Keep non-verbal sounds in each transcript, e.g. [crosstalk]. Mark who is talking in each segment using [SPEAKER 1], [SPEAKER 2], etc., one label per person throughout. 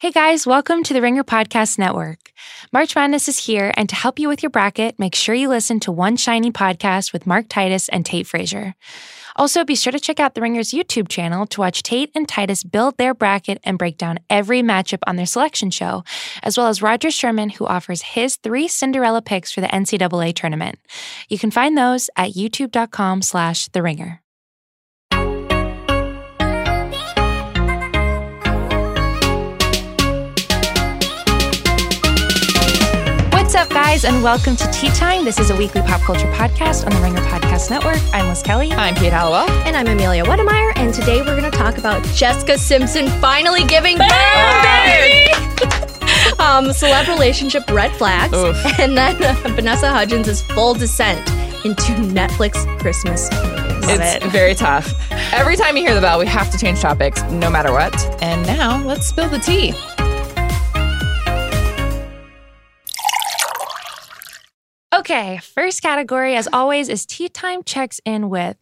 [SPEAKER 1] Hey guys, welcome to the Ringer Podcast Network. March Madness is here, and to help you with your bracket, make sure you listen to One Shiny Podcast with Mark Titus and Tate Frazier. Also, be sure to check out the Ringer's YouTube channel to watch Tate and Titus build their bracket and break down every matchup on their selection show, as well as Roger Sherman, who offers his three Cinderella picks for the NCAA tournament. You can find those at youtube.com slash the ringer. What's up, guys, and welcome to Tea Time. This is a weekly pop culture podcast on the Ringer Podcast Network. I'm Liz Kelly.
[SPEAKER 2] I'm Kate Hallowell.
[SPEAKER 3] And I'm Amelia Wedemeyer, and today we're going to talk about Jessica Simpson finally giving birth. [laughs] um, celeb relationship red flags,
[SPEAKER 2] Oof.
[SPEAKER 3] and then uh, Vanessa Hudgens' full descent into Netflix Christmas movies.
[SPEAKER 2] [laughs] It's very tough. Every time you hear the bell, we have to change topics, no matter what. And now let's spill the tea.
[SPEAKER 1] Okay, first category, as always, is Tea Time checks in with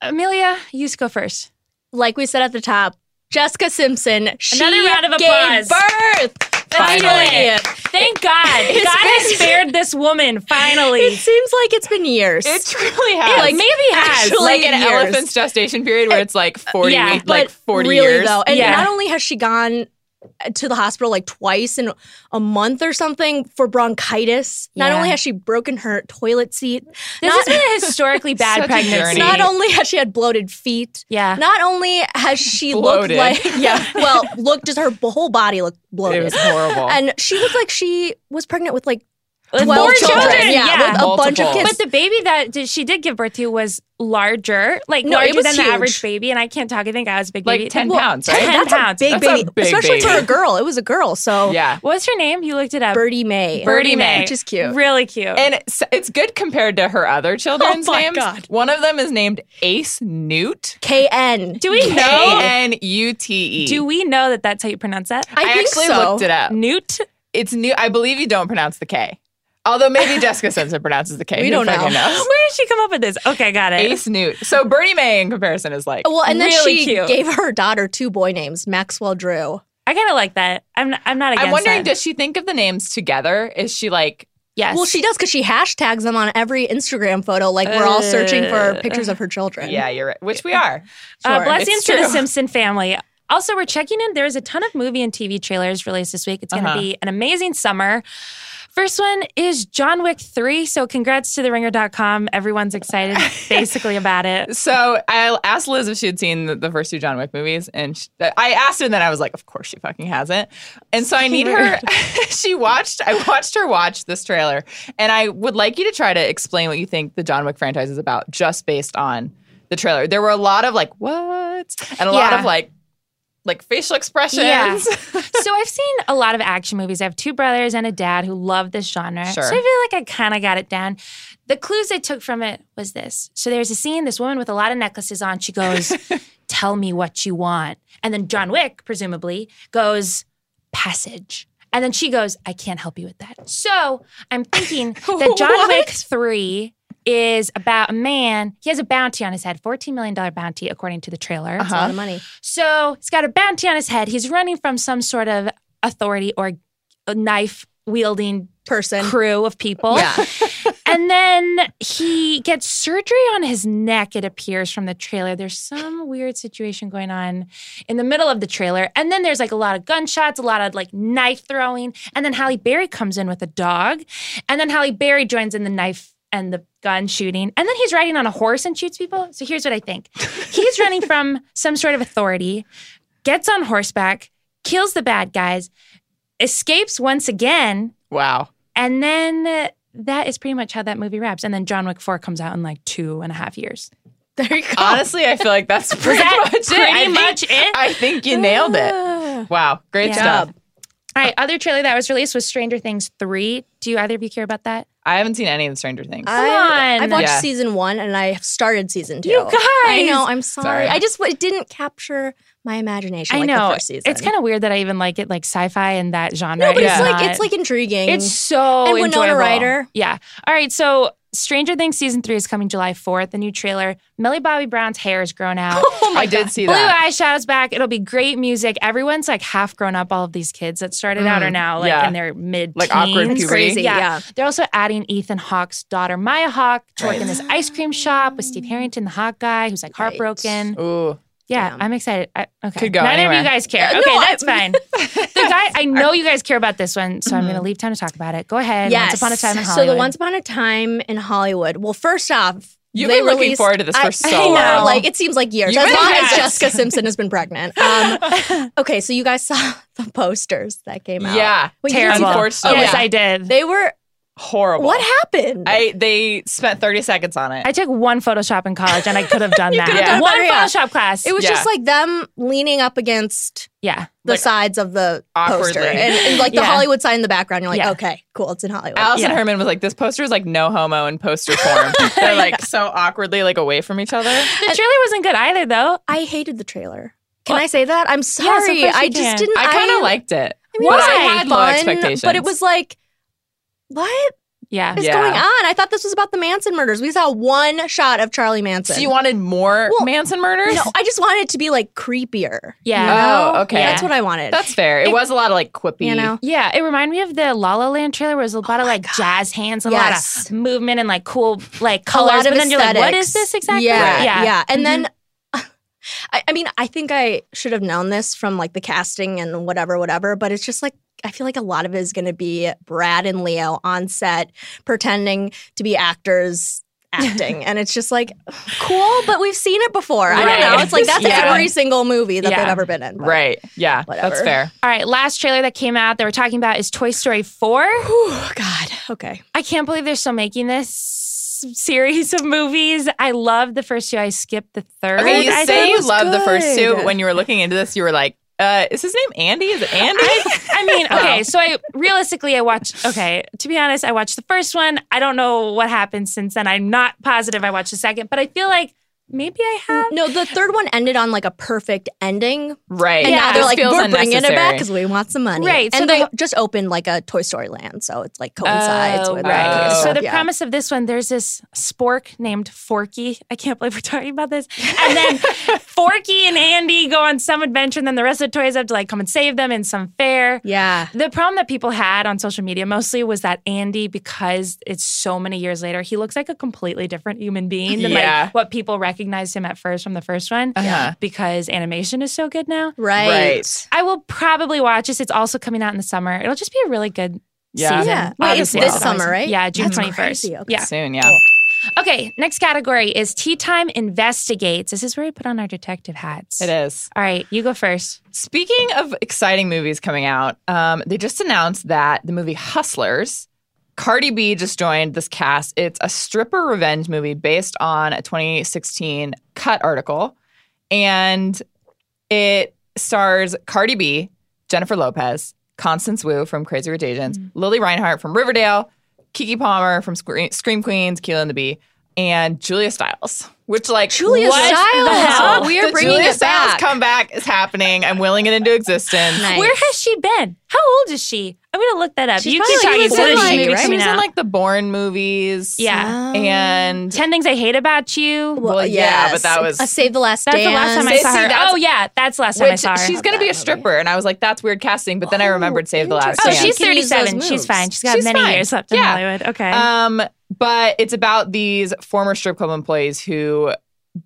[SPEAKER 1] Amelia. You go first.
[SPEAKER 3] Like we said at the top, Jessica Simpson. She
[SPEAKER 4] Another round of
[SPEAKER 3] gave
[SPEAKER 4] applause.
[SPEAKER 3] Birth.
[SPEAKER 4] Finally. Thank [laughs] God. God has
[SPEAKER 3] been-
[SPEAKER 4] spared this woman,
[SPEAKER 3] It
[SPEAKER 4] finally.
[SPEAKER 3] seems like it's been years.
[SPEAKER 2] It truly has.
[SPEAKER 4] like, maybe has.
[SPEAKER 3] actually
[SPEAKER 2] like an
[SPEAKER 3] years.
[SPEAKER 2] elephant's gestation period where it's like 40
[SPEAKER 4] Yeah,
[SPEAKER 2] weeks, like 40
[SPEAKER 3] really
[SPEAKER 2] years.
[SPEAKER 3] though and
[SPEAKER 4] Yeah.
[SPEAKER 3] not only has she gone to the hospital like twice in a month or something for bronchitis not
[SPEAKER 1] Yeah.
[SPEAKER 3] only has she broken her toilet seat
[SPEAKER 4] This
[SPEAKER 3] not,
[SPEAKER 4] has been a historically
[SPEAKER 2] Such
[SPEAKER 4] bad
[SPEAKER 2] a
[SPEAKER 4] pregnancy.
[SPEAKER 2] journey.
[SPEAKER 3] not only has she had bloated feet
[SPEAKER 1] Yeah.
[SPEAKER 3] not only has she
[SPEAKER 2] Bloated.
[SPEAKER 3] looked like yeah [laughs] well looked as her b- whole body looked bloated
[SPEAKER 2] It was horrible.
[SPEAKER 3] and she looked like she was pregnant with like
[SPEAKER 4] With
[SPEAKER 3] 12
[SPEAKER 4] four
[SPEAKER 3] children,
[SPEAKER 4] children,
[SPEAKER 3] yeah,
[SPEAKER 4] yeah.
[SPEAKER 3] with a bunch of
[SPEAKER 2] Multiple.
[SPEAKER 3] kids
[SPEAKER 4] But the baby that did, she did give birth to was larger, like
[SPEAKER 3] No, it
[SPEAKER 4] larger
[SPEAKER 3] was
[SPEAKER 4] than
[SPEAKER 3] huge.
[SPEAKER 4] the average baby. And I can't talk. I think I was a big
[SPEAKER 2] Like
[SPEAKER 4] baby.
[SPEAKER 2] 10
[SPEAKER 4] Well,
[SPEAKER 2] pounds, right?
[SPEAKER 4] 10
[SPEAKER 3] that's
[SPEAKER 4] pounds.
[SPEAKER 3] a big
[SPEAKER 2] That's a
[SPEAKER 3] baby
[SPEAKER 2] big
[SPEAKER 3] especially for
[SPEAKER 2] baby.
[SPEAKER 3] a girl it was a girl so
[SPEAKER 2] yeah.
[SPEAKER 4] What's her name? You looked it up.
[SPEAKER 3] birdie may
[SPEAKER 4] Birdie May.
[SPEAKER 3] which is cute
[SPEAKER 4] Really cute.
[SPEAKER 2] And it's, it's good compared to her other children's
[SPEAKER 3] my
[SPEAKER 2] names.
[SPEAKER 3] God.
[SPEAKER 2] One of them is named Ace Newt.
[SPEAKER 3] kn
[SPEAKER 4] do we
[SPEAKER 2] K
[SPEAKER 4] know?
[SPEAKER 2] N U T E.
[SPEAKER 4] Do we know that that's how you pronounce that?
[SPEAKER 3] I think
[SPEAKER 2] actually
[SPEAKER 3] so.
[SPEAKER 2] looked it up.
[SPEAKER 4] Newt. [laughs]
[SPEAKER 2] It's new. I believe you don't pronounce the K. Although [laughs] maybe Jessica Simpson pronounces the K.
[SPEAKER 3] We
[SPEAKER 2] Who
[SPEAKER 3] don't know.
[SPEAKER 2] fucking knows?
[SPEAKER 4] Where did she come up with this? Okay, got it.
[SPEAKER 2] Ace Newt. So Bernie May in comparison is like
[SPEAKER 3] Well, and then
[SPEAKER 4] Really
[SPEAKER 3] she
[SPEAKER 4] cute.
[SPEAKER 3] gave her daughter two boy names, Maxwell Drew.
[SPEAKER 4] I kind of like that. I'm not, I'm not against
[SPEAKER 2] I'm wondering,
[SPEAKER 4] that.
[SPEAKER 2] does she think of the names together? Is she like
[SPEAKER 4] yes.
[SPEAKER 3] Well, she does because she hashtags them on every Instagram photo. Like we're all searching for
[SPEAKER 4] Uh,
[SPEAKER 3] pictures of her children.
[SPEAKER 2] Yeah, you're right. Which we are.
[SPEAKER 4] Uh,
[SPEAKER 3] Sure.
[SPEAKER 4] blessings
[SPEAKER 2] It's
[SPEAKER 4] to the
[SPEAKER 2] true.
[SPEAKER 4] Simpson family. Also, we're checking in. There's a ton of movie and TV trailers released this week. It's going to
[SPEAKER 2] Uh-huh.
[SPEAKER 4] be an amazing summer. First one is John Wick 3. So, congrats to TheRinger.com. Everyone's
[SPEAKER 2] [laughs]
[SPEAKER 4] excited basically about it.
[SPEAKER 2] So I asked Liz if she had seen the, the first two John Wick movies, and she, I asked her, and then I was like, "Of course she fucking hasn't." And so I need her. [laughs] she watched. I watched her watch this trailer, and I would like you to try to explain what you think the John Wick franchise is about, just based on the trailer. There were a lot of like what, and a lot
[SPEAKER 4] Yeah.
[SPEAKER 2] of like, like facial expressions.
[SPEAKER 4] Yeah. so, I've seen a lot of action movies. I have two brothers and a dad who love this genre.
[SPEAKER 2] Sure.
[SPEAKER 4] So, I feel like I kind of got it down. The clues I took from it was this. So, there's a scene, this woman with a lot of necklaces on, she
[SPEAKER 2] [laughs]
[SPEAKER 4] goes, Tell me what you want. And then John Wick, presumably, goes, passage. And then she goes, I can't help you with that. So I'm
[SPEAKER 2] [laughs]
[SPEAKER 4] thinking that John
[SPEAKER 2] What?
[SPEAKER 4] Wick 3 is about a man. He has a bounty on his head, $14 million bounty, according to the trailer.
[SPEAKER 3] That's a lot of money.
[SPEAKER 4] So he's got a bounty on his head. He's running from some sort of authority or knife wielding
[SPEAKER 3] Person.
[SPEAKER 4] crew of people.
[SPEAKER 3] Yeah.
[SPEAKER 4] [laughs] And then he gets surgery on his neck, it appears from the trailer. There's some weird situation going on in the middle of the trailer. And then there's like a lot of gunshots, a lot of like knife throwing. And then Halle Berry comes in with a dog. And then Halle Berry joins in the knife and the gun shooting. And then he's riding on a horse and shoots people. So here's what I think he's running
[SPEAKER 3] [laughs]
[SPEAKER 4] from some sort of authority, gets on horseback, kills the bad guys, escapes once again.
[SPEAKER 2] [laughs] Wow.
[SPEAKER 4] And then uh, that is pretty much how that movie wraps. And then John Wick 4 comes out in like two and a half years.
[SPEAKER 3] [laughs] [laughs] There you go.
[SPEAKER 2] Honestly, I feel like
[SPEAKER 3] [laughs]
[SPEAKER 2] that's pretty
[SPEAKER 4] that
[SPEAKER 2] much it.
[SPEAKER 4] pretty
[SPEAKER 2] I think-
[SPEAKER 4] much it?
[SPEAKER 2] I think you nailed it.
[SPEAKER 3] Ah.
[SPEAKER 2] Wow, great
[SPEAKER 4] Yeah.
[SPEAKER 2] job.
[SPEAKER 4] All right, other trailer that was released was Stranger Things 3. Do you either of you care about that?
[SPEAKER 2] I haven't seen any of the Stranger Things.
[SPEAKER 3] I,
[SPEAKER 4] on.
[SPEAKER 3] I've watched
[SPEAKER 2] Yeah.
[SPEAKER 3] season one and I have started season two.
[SPEAKER 4] You guys!
[SPEAKER 3] I know. I'm sorry.
[SPEAKER 2] Sorry.
[SPEAKER 3] I just it didn't capture my imagination.
[SPEAKER 4] I
[SPEAKER 3] like
[SPEAKER 4] know.
[SPEAKER 3] The first season.
[SPEAKER 4] It's kind of weird that I even like it like sci-fi and that genre.
[SPEAKER 3] no, but
[SPEAKER 2] Yeah.
[SPEAKER 3] it's like
[SPEAKER 4] not-
[SPEAKER 3] it's like intriguing.
[SPEAKER 4] it's so
[SPEAKER 3] And Winona
[SPEAKER 4] enjoyable.
[SPEAKER 3] Ryder.
[SPEAKER 4] Yeah. All right, so Stranger Things season three is coming July 4th. The new trailer. Millie Bobby Brown's hair is grown out.
[SPEAKER 3] Oh my
[SPEAKER 2] I did
[SPEAKER 3] God.
[SPEAKER 2] see
[SPEAKER 4] Blue
[SPEAKER 2] that.
[SPEAKER 4] eyeshadows back. It'll be great music. Everyone's like half grown up. All of these kids that started out
[SPEAKER 2] Mm,
[SPEAKER 4] are now like
[SPEAKER 2] yeah.
[SPEAKER 4] in their mid
[SPEAKER 2] Like awkward
[SPEAKER 3] It's
[SPEAKER 2] puberty.
[SPEAKER 3] crazy. Yeah.
[SPEAKER 4] Yeah. They're also adding Ethan Hawke's daughter Maya Hawke to work in this ice cream shop with Steve Harrington, the hot guy, who's like
[SPEAKER 3] Right.
[SPEAKER 4] heartbroken.
[SPEAKER 2] Ooh.
[SPEAKER 4] Yeah,
[SPEAKER 3] Yeah.
[SPEAKER 4] I'm excited. I, okay,
[SPEAKER 2] Oh, Could go
[SPEAKER 4] neither
[SPEAKER 2] anywhere.
[SPEAKER 4] of you guys care.
[SPEAKER 3] Uh,
[SPEAKER 4] Okay,
[SPEAKER 3] no, I-
[SPEAKER 4] that's
[SPEAKER 3] [laughs]
[SPEAKER 4] fine. The guy, I know you guys care about this one, so I'm going to leave time to talk about it. Go ahead.
[SPEAKER 3] Mm-hmm.
[SPEAKER 4] Once
[SPEAKER 3] Yes.
[SPEAKER 4] upon a time in
[SPEAKER 3] So
[SPEAKER 4] Hollywood.
[SPEAKER 3] the Once Upon a Time in Hollywood. Well, first off,
[SPEAKER 2] You've
[SPEAKER 3] they
[SPEAKER 2] been looking
[SPEAKER 3] released-
[SPEAKER 2] forward to this for
[SPEAKER 3] I-
[SPEAKER 2] so
[SPEAKER 3] I know,
[SPEAKER 2] long.
[SPEAKER 3] Like it seems like years.
[SPEAKER 2] You've
[SPEAKER 3] as
[SPEAKER 2] been-
[SPEAKER 3] long
[SPEAKER 2] Yes.
[SPEAKER 3] as Jessica Simpson has
[SPEAKER 2] [laughs]
[SPEAKER 3] been pregnant. Um, okay, so you guys saw [laughs] the posters that came out.
[SPEAKER 2] Yeah.
[SPEAKER 3] Wait, you didn't see
[SPEAKER 4] terrible.
[SPEAKER 3] them?
[SPEAKER 2] Unfortunately.
[SPEAKER 4] Yes,
[SPEAKER 3] Yeah.
[SPEAKER 4] I did.
[SPEAKER 3] They were.
[SPEAKER 2] Horrible.
[SPEAKER 3] What happened?
[SPEAKER 2] I they spent 30 seconds on it.
[SPEAKER 4] I took one Photoshop in college, and I could
[SPEAKER 3] [laughs]
[SPEAKER 4] have done that.
[SPEAKER 2] could have
[SPEAKER 3] done
[SPEAKER 4] one
[SPEAKER 3] better, yeah.
[SPEAKER 4] Photoshop class.
[SPEAKER 3] it was
[SPEAKER 2] Yeah.
[SPEAKER 3] just like them leaning up against
[SPEAKER 4] yeah.
[SPEAKER 3] the
[SPEAKER 2] Like,
[SPEAKER 3] sides of the poster
[SPEAKER 2] awkwardly.
[SPEAKER 3] and, and, like
[SPEAKER 4] [laughs]
[SPEAKER 3] the
[SPEAKER 4] Yeah.
[SPEAKER 3] Hollywood sign in the background. You're like,
[SPEAKER 4] Yeah.
[SPEAKER 3] okay, cool, it's in Hollywood.
[SPEAKER 2] Allison
[SPEAKER 4] Yeah.
[SPEAKER 2] Herman was like, this poster is like no homo in poster
[SPEAKER 3] [laughs]
[SPEAKER 2] form. They're like so awkwardly like away from each other.
[SPEAKER 4] The trailer wasn't good either, though.
[SPEAKER 3] I hated the trailer. Can I say that? I'm
[SPEAKER 4] of course
[SPEAKER 3] sorry.
[SPEAKER 4] you
[SPEAKER 3] I
[SPEAKER 4] can.
[SPEAKER 3] just didn't.
[SPEAKER 2] I kind of liked it.
[SPEAKER 3] I mean,
[SPEAKER 4] Why?
[SPEAKER 3] It was, like,
[SPEAKER 4] I
[SPEAKER 2] had low
[SPEAKER 3] fun,
[SPEAKER 2] expectations.
[SPEAKER 3] but it was like, what
[SPEAKER 4] Yeah.
[SPEAKER 3] is
[SPEAKER 2] Yeah.
[SPEAKER 3] going on? I thought this was about the Manson murders. We saw one shot of Charlie Manson.
[SPEAKER 2] So you wanted more
[SPEAKER 3] Well,
[SPEAKER 2] Manson murders?
[SPEAKER 3] no, I just wanted it to be like creepier.
[SPEAKER 4] Yeah.
[SPEAKER 3] you know?
[SPEAKER 2] Oh, okay.
[SPEAKER 3] That's what I wanted.
[SPEAKER 2] That's fair. It,
[SPEAKER 4] It-
[SPEAKER 2] was a lot of like quippy.
[SPEAKER 3] you know.
[SPEAKER 4] Yeah, it reminded me of the La La Land trailer where it was a lot of like jazz hands and
[SPEAKER 3] Oh Yes.
[SPEAKER 4] a lot of movement and like cool like
[SPEAKER 3] a
[SPEAKER 4] colors.
[SPEAKER 3] lot of
[SPEAKER 4] but then you're like, what
[SPEAKER 3] aesthetics.
[SPEAKER 4] is this exactly?
[SPEAKER 3] Yeah,
[SPEAKER 4] Right.
[SPEAKER 3] yeah. Mm-hmm. And then, [laughs] I, I mean, I think I should have known this from like the casting and whatever, whatever. But it's just like I feel like a lot of it is going to be Brad and Leo on set pretending to be actors. [laughs] Acting and it's just like cool, but we've seen it before. I don't know.
[SPEAKER 2] Right.
[SPEAKER 3] It's like that's
[SPEAKER 2] Yeah.
[SPEAKER 3] every single movie that
[SPEAKER 4] Yeah.
[SPEAKER 3] they've ever been in. but-
[SPEAKER 2] Right. Yeah. That's
[SPEAKER 3] Whatever.
[SPEAKER 2] fair.
[SPEAKER 4] All right, last trailer that came out that we're talking about is Toy Story 4.
[SPEAKER 3] Whew, God. Okay.
[SPEAKER 4] I can't believe they're still making this series of movies. I loved the first two. I skipped the third.
[SPEAKER 2] Okay, you
[SPEAKER 4] I
[SPEAKER 2] say
[SPEAKER 4] think.
[SPEAKER 2] you love the first two,
[SPEAKER 3] good.
[SPEAKER 2] but when you were looking into this, you were like, uh, is his name Andy? Is it Andy?
[SPEAKER 4] I mean, okay, so I realistically I watched okay, to be honest, I watched the first one. I don't know what happened since then. I'm not positive I watched the second, but I feel like maybe I have.
[SPEAKER 3] No, the third one ended on like a perfect ending,
[SPEAKER 2] right.
[SPEAKER 3] And
[SPEAKER 4] Yeah.
[SPEAKER 3] now they're
[SPEAKER 2] This
[SPEAKER 3] like,
[SPEAKER 2] feels
[SPEAKER 3] we're bringing it back
[SPEAKER 2] unnecessary.
[SPEAKER 3] because we want some money.
[SPEAKER 4] Right, so
[SPEAKER 3] And
[SPEAKER 4] the
[SPEAKER 3] they
[SPEAKER 4] whole-
[SPEAKER 3] just opened like a Toy Story land. So it's like coincides
[SPEAKER 4] Oh,
[SPEAKER 3] with
[SPEAKER 4] right.
[SPEAKER 3] that.
[SPEAKER 2] Oh.
[SPEAKER 4] So the
[SPEAKER 3] yeah.
[SPEAKER 4] premise of this one, there's this spork named Forky. I can't believe we're talking about this. And
[SPEAKER 3] [laughs]
[SPEAKER 4] then Forky and Andy go on some adventure, and then the rest of the toys have to like come and save them in some fair.
[SPEAKER 3] Yeah.
[SPEAKER 4] The problem that people had on social media mostly was that Andy, because it's so many years later, he looks like a completely different human being than
[SPEAKER 2] Yeah.
[SPEAKER 4] like what people recognized him at first from the first one
[SPEAKER 2] Uh-huh.
[SPEAKER 4] because animation is so good now.
[SPEAKER 3] Right.
[SPEAKER 2] Right.
[SPEAKER 4] I will probably watch this. It's also coming out in the summer. It'll just be a really good
[SPEAKER 2] Yeah.
[SPEAKER 4] season.
[SPEAKER 3] Yeah. Wait, it's
[SPEAKER 4] Obviously,
[SPEAKER 3] this
[SPEAKER 4] I'll probably-
[SPEAKER 3] summer, right?
[SPEAKER 4] Yeah, June
[SPEAKER 3] That's
[SPEAKER 4] twenty first.
[SPEAKER 3] crazy. Okay.
[SPEAKER 4] Yeah.
[SPEAKER 2] Soon, yeah.
[SPEAKER 3] Cool.
[SPEAKER 4] Okay. Next category is Tea Time Investigates. This is where we put on our detective hats.
[SPEAKER 2] It is.
[SPEAKER 4] All right, you go first.
[SPEAKER 2] Speaking of exciting movies coming out, um, they just announced that the movie Hustlers, Cardi B just joined this cast. It's a stripper revenge movie based on a 2016 Cut article, and it stars Cardi B, Jennifer Lopez, Constance Wu from Crazy Rich Asians,
[SPEAKER 3] Mm.
[SPEAKER 2] Lily Reinhart from Riverdale, Kiki Palmer from Scre- Scream Queens, Keelan the Bee, and Julia Stiles. Which like
[SPEAKER 3] Julia
[SPEAKER 2] what
[SPEAKER 3] Stiles. Oh,
[SPEAKER 2] the hell?
[SPEAKER 3] We are
[SPEAKER 2] The
[SPEAKER 3] bringing
[SPEAKER 2] Julia
[SPEAKER 3] it back.
[SPEAKER 2] Stiles comeback is happening. I'm willing it into existence.
[SPEAKER 3] Nice.
[SPEAKER 4] Where has she been? How old is she? I'm gonna look that up.
[SPEAKER 3] She's
[SPEAKER 4] you
[SPEAKER 3] probably
[SPEAKER 4] keep
[SPEAKER 3] like-
[SPEAKER 4] talking
[SPEAKER 3] she was
[SPEAKER 4] about
[SPEAKER 3] in,
[SPEAKER 4] this
[SPEAKER 3] like-
[SPEAKER 4] movie
[SPEAKER 3] she
[SPEAKER 2] She
[SPEAKER 4] coming
[SPEAKER 2] was in
[SPEAKER 4] out.
[SPEAKER 2] like the Bourne movies.
[SPEAKER 4] yeah.
[SPEAKER 3] Um,
[SPEAKER 2] And
[SPEAKER 4] Ten things I hate about you.
[SPEAKER 2] Well, yeah, but that was-
[SPEAKER 3] a Save the Last
[SPEAKER 4] that's
[SPEAKER 3] Dance.
[SPEAKER 4] the last time I
[SPEAKER 2] See,
[SPEAKER 4] saw her.
[SPEAKER 2] that's-
[SPEAKER 4] Oh yeah, that's the last time I
[SPEAKER 2] which
[SPEAKER 4] saw her.
[SPEAKER 2] she's going to be a stripper. And I was like, that's weird casting. But then I
[SPEAKER 3] Oh,
[SPEAKER 2] remembered Save the Last
[SPEAKER 4] oh,
[SPEAKER 3] interesting.
[SPEAKER 2] Dance.
[SPEAKER 4] she's
[SPEAKER 3] She can use those
[SPEAKER 4] 37. She's
[SPEAKER 3] moves.
[SPEAKER 4] fine. She's got
[SPEAKER 2] She's
[SPEAKER 4] many
[SPEAKER 2] fine.
[SPEAKER 4] years left in
[SPEAKER 2] Yeah.
[SPEAKER 4] Hollywood. Okay.
[SPEAKER 2] Um, but it's about these former strip club employees who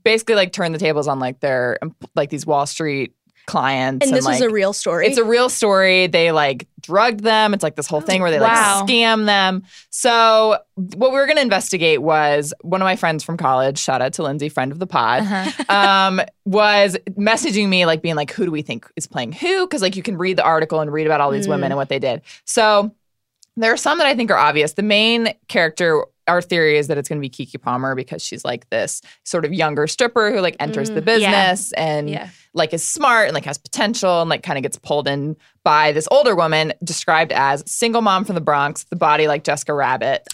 [SPEAKER 2] basically like turn the tables on like their like these Wall Street clients.
[SPEAKER 3] And this was
[SPEAKER 2] like,
[SPEAKER 3] a real story.
[SPEAKER 2] It's a real story. They like drugged them. It's like this whole thing where they like
[SPEAKER 4] Wow.
[SPEAKER 2] scam them. So what we were going to investigate was one of my friends from college, shout out to Lindsay, friend of the
[SPEAKER 4] [laughs]
[SPEAKER 2] pod,
[SPEAKER 4] Uh-huh.
[SPEAKER 2] um, was messaging me like being like, who do we think is playing who? Because like you can read the article and read about all these
[SPEAKER 3] Mm.
[SPEAKER 2] women and what they did. So there are some that I think are obvious. The main character, our theory is that it's going to be Kiki Palmer because she's like this sort of younger stripper who like enters
[SPEAKER 3] Mm,
[SPEAKER 2] the
[SPEAKER 4] yeah.
[SPEAKER 2] business and
[SPEAKER 4] yeah.
[SPEAKER 2] like is smart and like has potential and like kind of gets pulled in
[SPEAKER 3] [laughs]
[SPEAKER 2] by this older woman described as single mom from the Bronx, the body like Jessica Rabbit.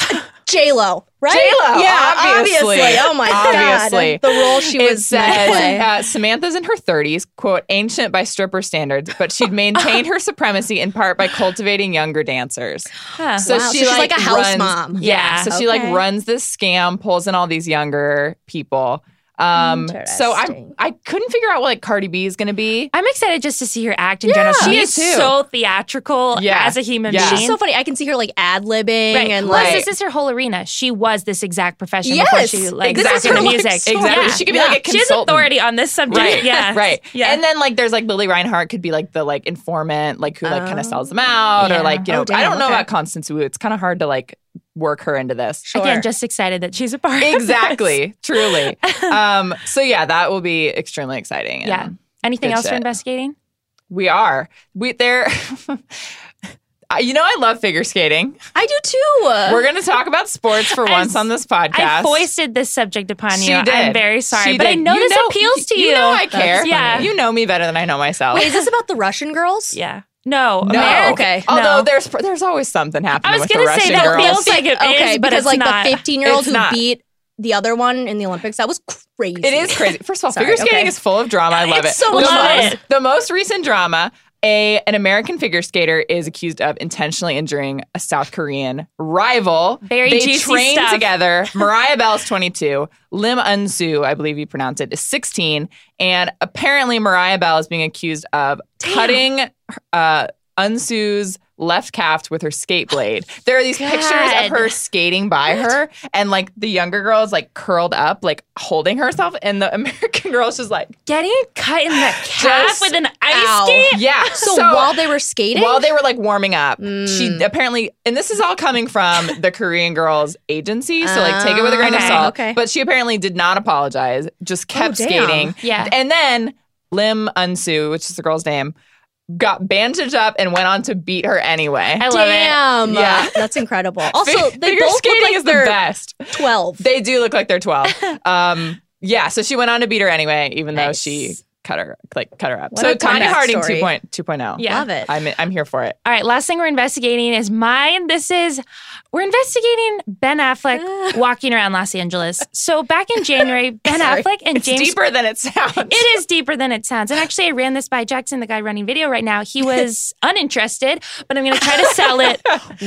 [SPEAKER 3] J Lo, right?
[SPEAKER 2] J-Lo,
[SPEAKER 3] yeah,
[SPEAKER 2] obviously.
[SPEAKER 3] Oh my
[SPEAKER 2] Obviously.
[SPEAKER 3] god, the role she
[SPEAKER 2] it
[SPEAKER 3] was meant to
[SPEAKER 2] says
[SPEAKER 3] play.
[SPEAKER 2] uh, Samantha's in her 30s, quote, ancient by stripper standards, but she'd maintained her supremacy in part by cultivating younger dancers.
[SPEAKER 4] Huh.
[SPEAKER 2] So
[SPEAKER 3] Wow,
[SPEAKER 2] she,
[SPEAKER 3] she's
[SPEAKER 2] like,
[SPEAKER 3] like a
[SPEAKER 2] runs-
[SPEAKER 3] house mom.
[SPEAKER 2] Yeah. So she like
[SPEAKER 3] Okay.
[SPEAKER 2] runs this scam, pulls in all these younger people. Um, so I
[SPEAKER 3] Interesting.
[SPEAKER 2] I couldn't figure out what like Cardi B is gonna be.
[SPEAKER 4] I'm excited just to see her act in general.
[SPEAKER 2] Yeah.
[SPEAKER 4] She
[SPEAKER 2] Me
[SPEAKER 4] is
[SPEAKER 2] too.
[SPEAKER 4] so theatrical
[SPEAKER 2] Yeah.
[SPEAKER 4] as a human
[SPEAKER 2] Yeah.
[SPEAKER 4] being.
[SPEAKER 3] She's so funny. I can see her like ad libbing
[SPEAKER 4] Right.
[SPEAKER 3] and
[SPEAKER 4] Plus,
[SPEAKER 3] like
[SPEAKER 2] Right.
[SPEAKER 4] this is her whole arena. She was this exact profession before
[SPEAKER 3] Yes,
[SPEAKER 4] she like
[SPEAKER 2] exactly.
[SPEAKER 4] got into
[SPEAKER 2] This is her
[SPEAKER 4] music.
[SPEAKER 2] life story. Exactly. She could be, like, a
[SPEAKER 4] She has
[SPEAKER 2] consultant.
[SPEAKER 4] authority on this subject.
[SPEAKER 2] [laughs] Right.
[SPEAKER 4] Yeah.
[SPEAKER 2] Right.
[SPEAKER 4] Yeah.
[SPEAKER 2] And then like there's like Lily Reinhart could be like the like informant, like who like kind
[SPEAKER 3] Oh.
[SPEAKER 2] of sells them out
[SPEAKER 4] Yeah.
[SPEAKER 2] or like, you
[SPEAKER 3] Oh,
[SPEAKER 2] know, I
[SPEAKER 3] damn,
[SPEAKER 2] don't know
[SPEAKER 3] okay.
[SPEAKER 2] about Constance Wu. It's kind of hard to like work her into this.
[SPEAKER 3] sure.
[SPEAKER 4] Again, just excited that she's a part. of this. [laughs]
[SPEAKER 2] [laughs] Exactly. Truly. Um, so yeah, that will be extremely exciting. and
[SPEAKER 4] Yeah. Anything
[SPEAKER 2] Good
[SPEAKER 4] else
[SPEAKER 2] shit.
[SPEAKER 4] we're investigating?
[SPEAKER 2] We are. We there [laughs] I- You know, I love figure skating.
[SPEAKER 3] I do too.
[SPEAKER 2] We're going to talk about sports for
[SPEAKER 4] [laughs] I
[SPEAKER 2] once
[SPEAKER 4] s-
[SPEAKER 2] on this podcast.
[SPEAKER 4] I foisted this subject upon
[SPEAKER 2] She
[SPEAKER 4] you.
[SPEAKER 2] did.
[SPEAKER 4] I'm very sorry,
[SPEAKER 2] She
[SPEAKER 4] but I
[SPEAKER 2] did.
[SPEAKER 4] know
[SPEAKER 2] You
[SPEAKER 4] this appeals to you.
[SPEAKER 2] You know I care.
[SPEAKER 3] funny.
[SPEAKER 4] Yeah.
[SPEAKER 2] You know me better than I know myself.
[SPEAKER 3] Wait, is this about the Russian girls?
[SPEAKER 4] yeah. No.
[SPEAKER 2] no.
[SPEAKER 4] America.
[SPEAKER 3] okay.
[SPEAKER 2] Although
[SPEAKER 4] No.
[SPEAKER 2] there's there's always something happening
[SPEAKER 4] I was
[SPEAKER 2] with the
[SPEAKER 4] gonna say
[SPEAKER 2] Russian
[SPEAKER 4] that
[SPEAKER 2] girls.
[SPEAKER 4] feels like it is,
[SPEAKER 3] okay,
[SPEAKER 4] but
[SPEAKER 3] because
[SPEAKER 4] it's
[SPEAKER 3] like
[SPEAKER 4] not.
[SPEAKER 3] the 15 year old
[SPEAKER 2] It's
[SPEAKER 3] who
[SPEAKER 2] not.
[SPEAKER 3] beat the other one in the Olympics, that was crazy.
[SPEAKER 2] It is crazy. First of all,
[SPEAKER 3] Sorry,
[SPEAKER 2] figure skating
[SPEAKER 3] okay.
[SPEAKER 2] is full of drama. I love
[SPEAKER 4] It's
[SPEAKER 2] it.
[SPEAKER 4] so
[SPEAKER 2] the
[SPEAKER 4] much fun.
[SPEAKER 2] most, The most recent drama, a an American figure skater is accused of intentionally injuring a South Korean rival.
[SPEAKER 4] Very
[SPEAKER 2] they
[SPEAKER 4] juicy
[SPEAKER 2] train
[SPEAKER 4] stuff. [laughs]
[SPEAKER 2] together. Mariah Bell's 22. Lim Unsu, I believe you pronounce it, is 16. And apparently Mariah Bell is being accused of cutting uh, Unsu's left calf with her skate blade.
[SPEAKER 3] Oh,
[SPEAKER 2] There are these pictures
[SPEAKER 4] God.
[SPEAKER 2] of her skating by her, and like the younger girl is like curled up, like holding herself, and the [laughs] American girl's just like,
[SPEAKER 4] Getting cut in the
[SPEAKER 2] [sighs]
[SPEAKER 4] calf
[SPEAKER 2] Just-
[SPEAKER 4] with an ice
[SPEAKER 3] Ow.
[SPEAKER 4] skate.
[SPEAKER 2] yeah.
[SPEAKER 3] So, while they were skating,
[SPEAKER 2] while they were like warming up, she
[SPEAKER 3] Mm.
[SPEAKER 2] apparently, and this is all coming from the Korean girl's agency, so like take it with a grain
[SPEAKER 4] Okay,
[SPEAKER 2] of salt.
[SPEAKER 3] okay. Oh,
[SPEAKER 2] But she apparently did not apologize, just kept
[SPEAKER 3] damn.
[SPEAKER 2] skating,
[SPEAKER 4] Yeah.
[SPEAKER 2] and then Lim Unsu, which is the girl's name, got bandaged up and went on to beat her anyway.
[SPEAKER 4] I love it.
[SPEAKER 3] damn,
[SPEAKER 2] Yeah. [laughs]
[SPEAKER 3] that's incredible. Also,
[SPEAKER 2] Fig-
[SPEAKER 3] they
[SPEAKER 2] figure
[SPEAKER 3] both
[SPEAKER 2] skating
[SPEAKER 3] look like
[SPEAKER 2] is the
[SPEAKER 3] they're
[SPEAKER 2] best.
[SPEAKER 3] 12.
[SPEAKER 2] They do look like they're 12. um, yeah, so she went on to beat her anyway, even though
[SPEAKER 3] Nice.
[SPEAKER 2] she cut her like cut her up.
[SPEAKER 3] What
[SPEAKER 2] so
[SPEAKER 3] a
[SPEAKER 2] Tanya
[SPEAKER 3] comeback
[SPEAKER 2] Harding
[SPEAKER 3] story.
[SPEAKER 2] 2.0. 2.0.
[SPEAKER 4] Yeah.
[SPEAKER 3] Love it.
[SPEAKER 2] oh. I'm I'm here for it.
[SPEAKER 4] All right, last thing we're investigating is mine. This is we're investigating Ben
[SPEAKER 2] [sighs]
[SPEAKER 4] Affleck walking around Los Angeles. So back in January, Ben
[SPEAKER 2] Sorry.
[SPEAKER 4] Affleck and
[SPEAKER 2] It's
[SPEAKER 4] James
[SPEAKER 2] deeper than it sounds.
[SPEAKER 4] It is deeper than it sounds. And actually, I ran this by Jackson, the guy running video right now. He
[SPEAKER 2] [laughs]
[SPEAKER 4] was uninterested, but I'm going to try to sell it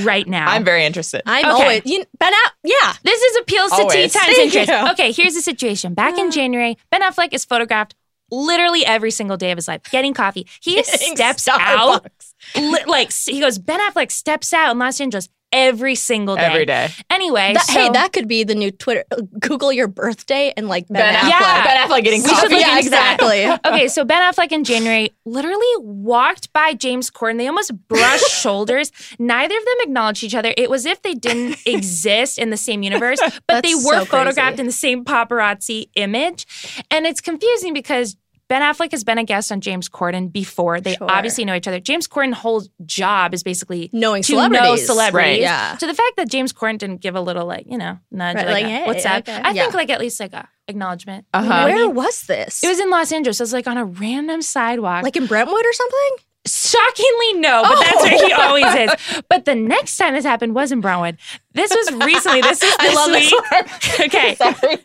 [SPEAKER 4] right now.
[SPEAKER 2] I'm very interested.
[SPEAKER 3] I'm
[SPEAKER 4] Okay.
[SPEAKER 3] always you, Ben. Aff- yeah,
[SPEAKER 2] [laughs]
[SPEAKER 4] This is appeals to tea
[SPEAKER 2] Always.
[SPEAKER 4] times
[SPEAKER 2] Thank
[SPEAKER 4] interest.
[SPEAKER 2] you.
[SPEAKER 4] Okay, here's the situation. Back
[SPEAKER 2] [gasps]
[SPEAKER 4] in January, Ben Affleck is photographed literally every single day of his life getting coffee. He
[SPEAKER 3] Getting
[SPEAKER 4] steps
[SPEAKER 3] Starbucks.
[SPEAKER 4] out, li- like s- he goes. Ben Affleck steps out in Los Angeles every single day.
[SPEAKER 2] Every day.
[SPEAKER 4] Anyway,
[SPEAKER 3] That- hey,
[SPEAKER 4] so-
[SPEAKER 3] that could be the new Twitter. uh, Google your birthday and like Ben,
[SPEAKER 2] Ben
[SPEAKER 3] Affleck.
[SPEAKER 2] Affleck.
[SPEAKER 4] Yeah.
[SPEAKER 2] Ben Affleck getting
[SPEAKER 4] We should
[SPEAKER 2] coffee.
[SPEAKER 4] look
[SPEAKER 3] yeah,
[SPEAKER 4] into that.
[SPEAKER 3] [laughs] exactly.
[SPEAKER 4] okay, so Ben Affleck in January literally walked by James Corden. They almost
[SPEAKER 3] [laughs]
[SPEAKER 4] brushed shoulders. Neither of them acknowledged each other. It was if they
[SPEAKER 3] [laughs]
[SPEAKER 4] didn't exist in the same universe, but they
[SPEAKER 3] That's
[SPEAKER 4] were
[SPEAKER 3] so crazy.
[SPEAKER 4] photographed in the same paparazzi image. And it's confusing because Ben Affleck has been a guest on James Corden before. They
[SPEAKER 3] Sure.
[SPEAKER 4] obviously know each other. James Corden's whole job is basically
[SPEAKER 3] Knowing
[SPEAKER 4] to
[SPEAKER 3] celebrities,
[SPEAKER 4] know celebrities.
[SPEAKER 2] Right.
[SPEAKER 3] Yeah.
[SPEAKER 4] So the fact that James Corden didn't give a little like you know nudge
[SPEAKER 3] Right,
[SPEAKER 4] like,
[SPEAKER 3] like,
[SPEAKER 4] a,
[SPEAKER 3] hey,
[SPEAKER 4] what's up,
[SPEAKER 3] okay.
[SPEAKER 4] I
[SPEAKER 3] Yeah.
[SPEAKER 4] think like at least like a acknowledgement. You know
[SPEAKER 2] Uh-huh.
[SPEAKER 4] what I
[SPEAKER 3] Where
[SPEAKER 4] mean?
[SPEAKER 3] was this?
[SPEAKER 4] It was in Los Angeles. It was like on a random sidewalk. Oh.
[SPEAKER 3] like in Brentwood or something.
[SPEAKER 4] shockingly, no, but that's [laughs] where he always is. But the next time this happened was in Brownwood. This was recently. This [laughs] is this
[SPEAKER 3] I love this
[SPEAKER 4] week. [laughs] okay.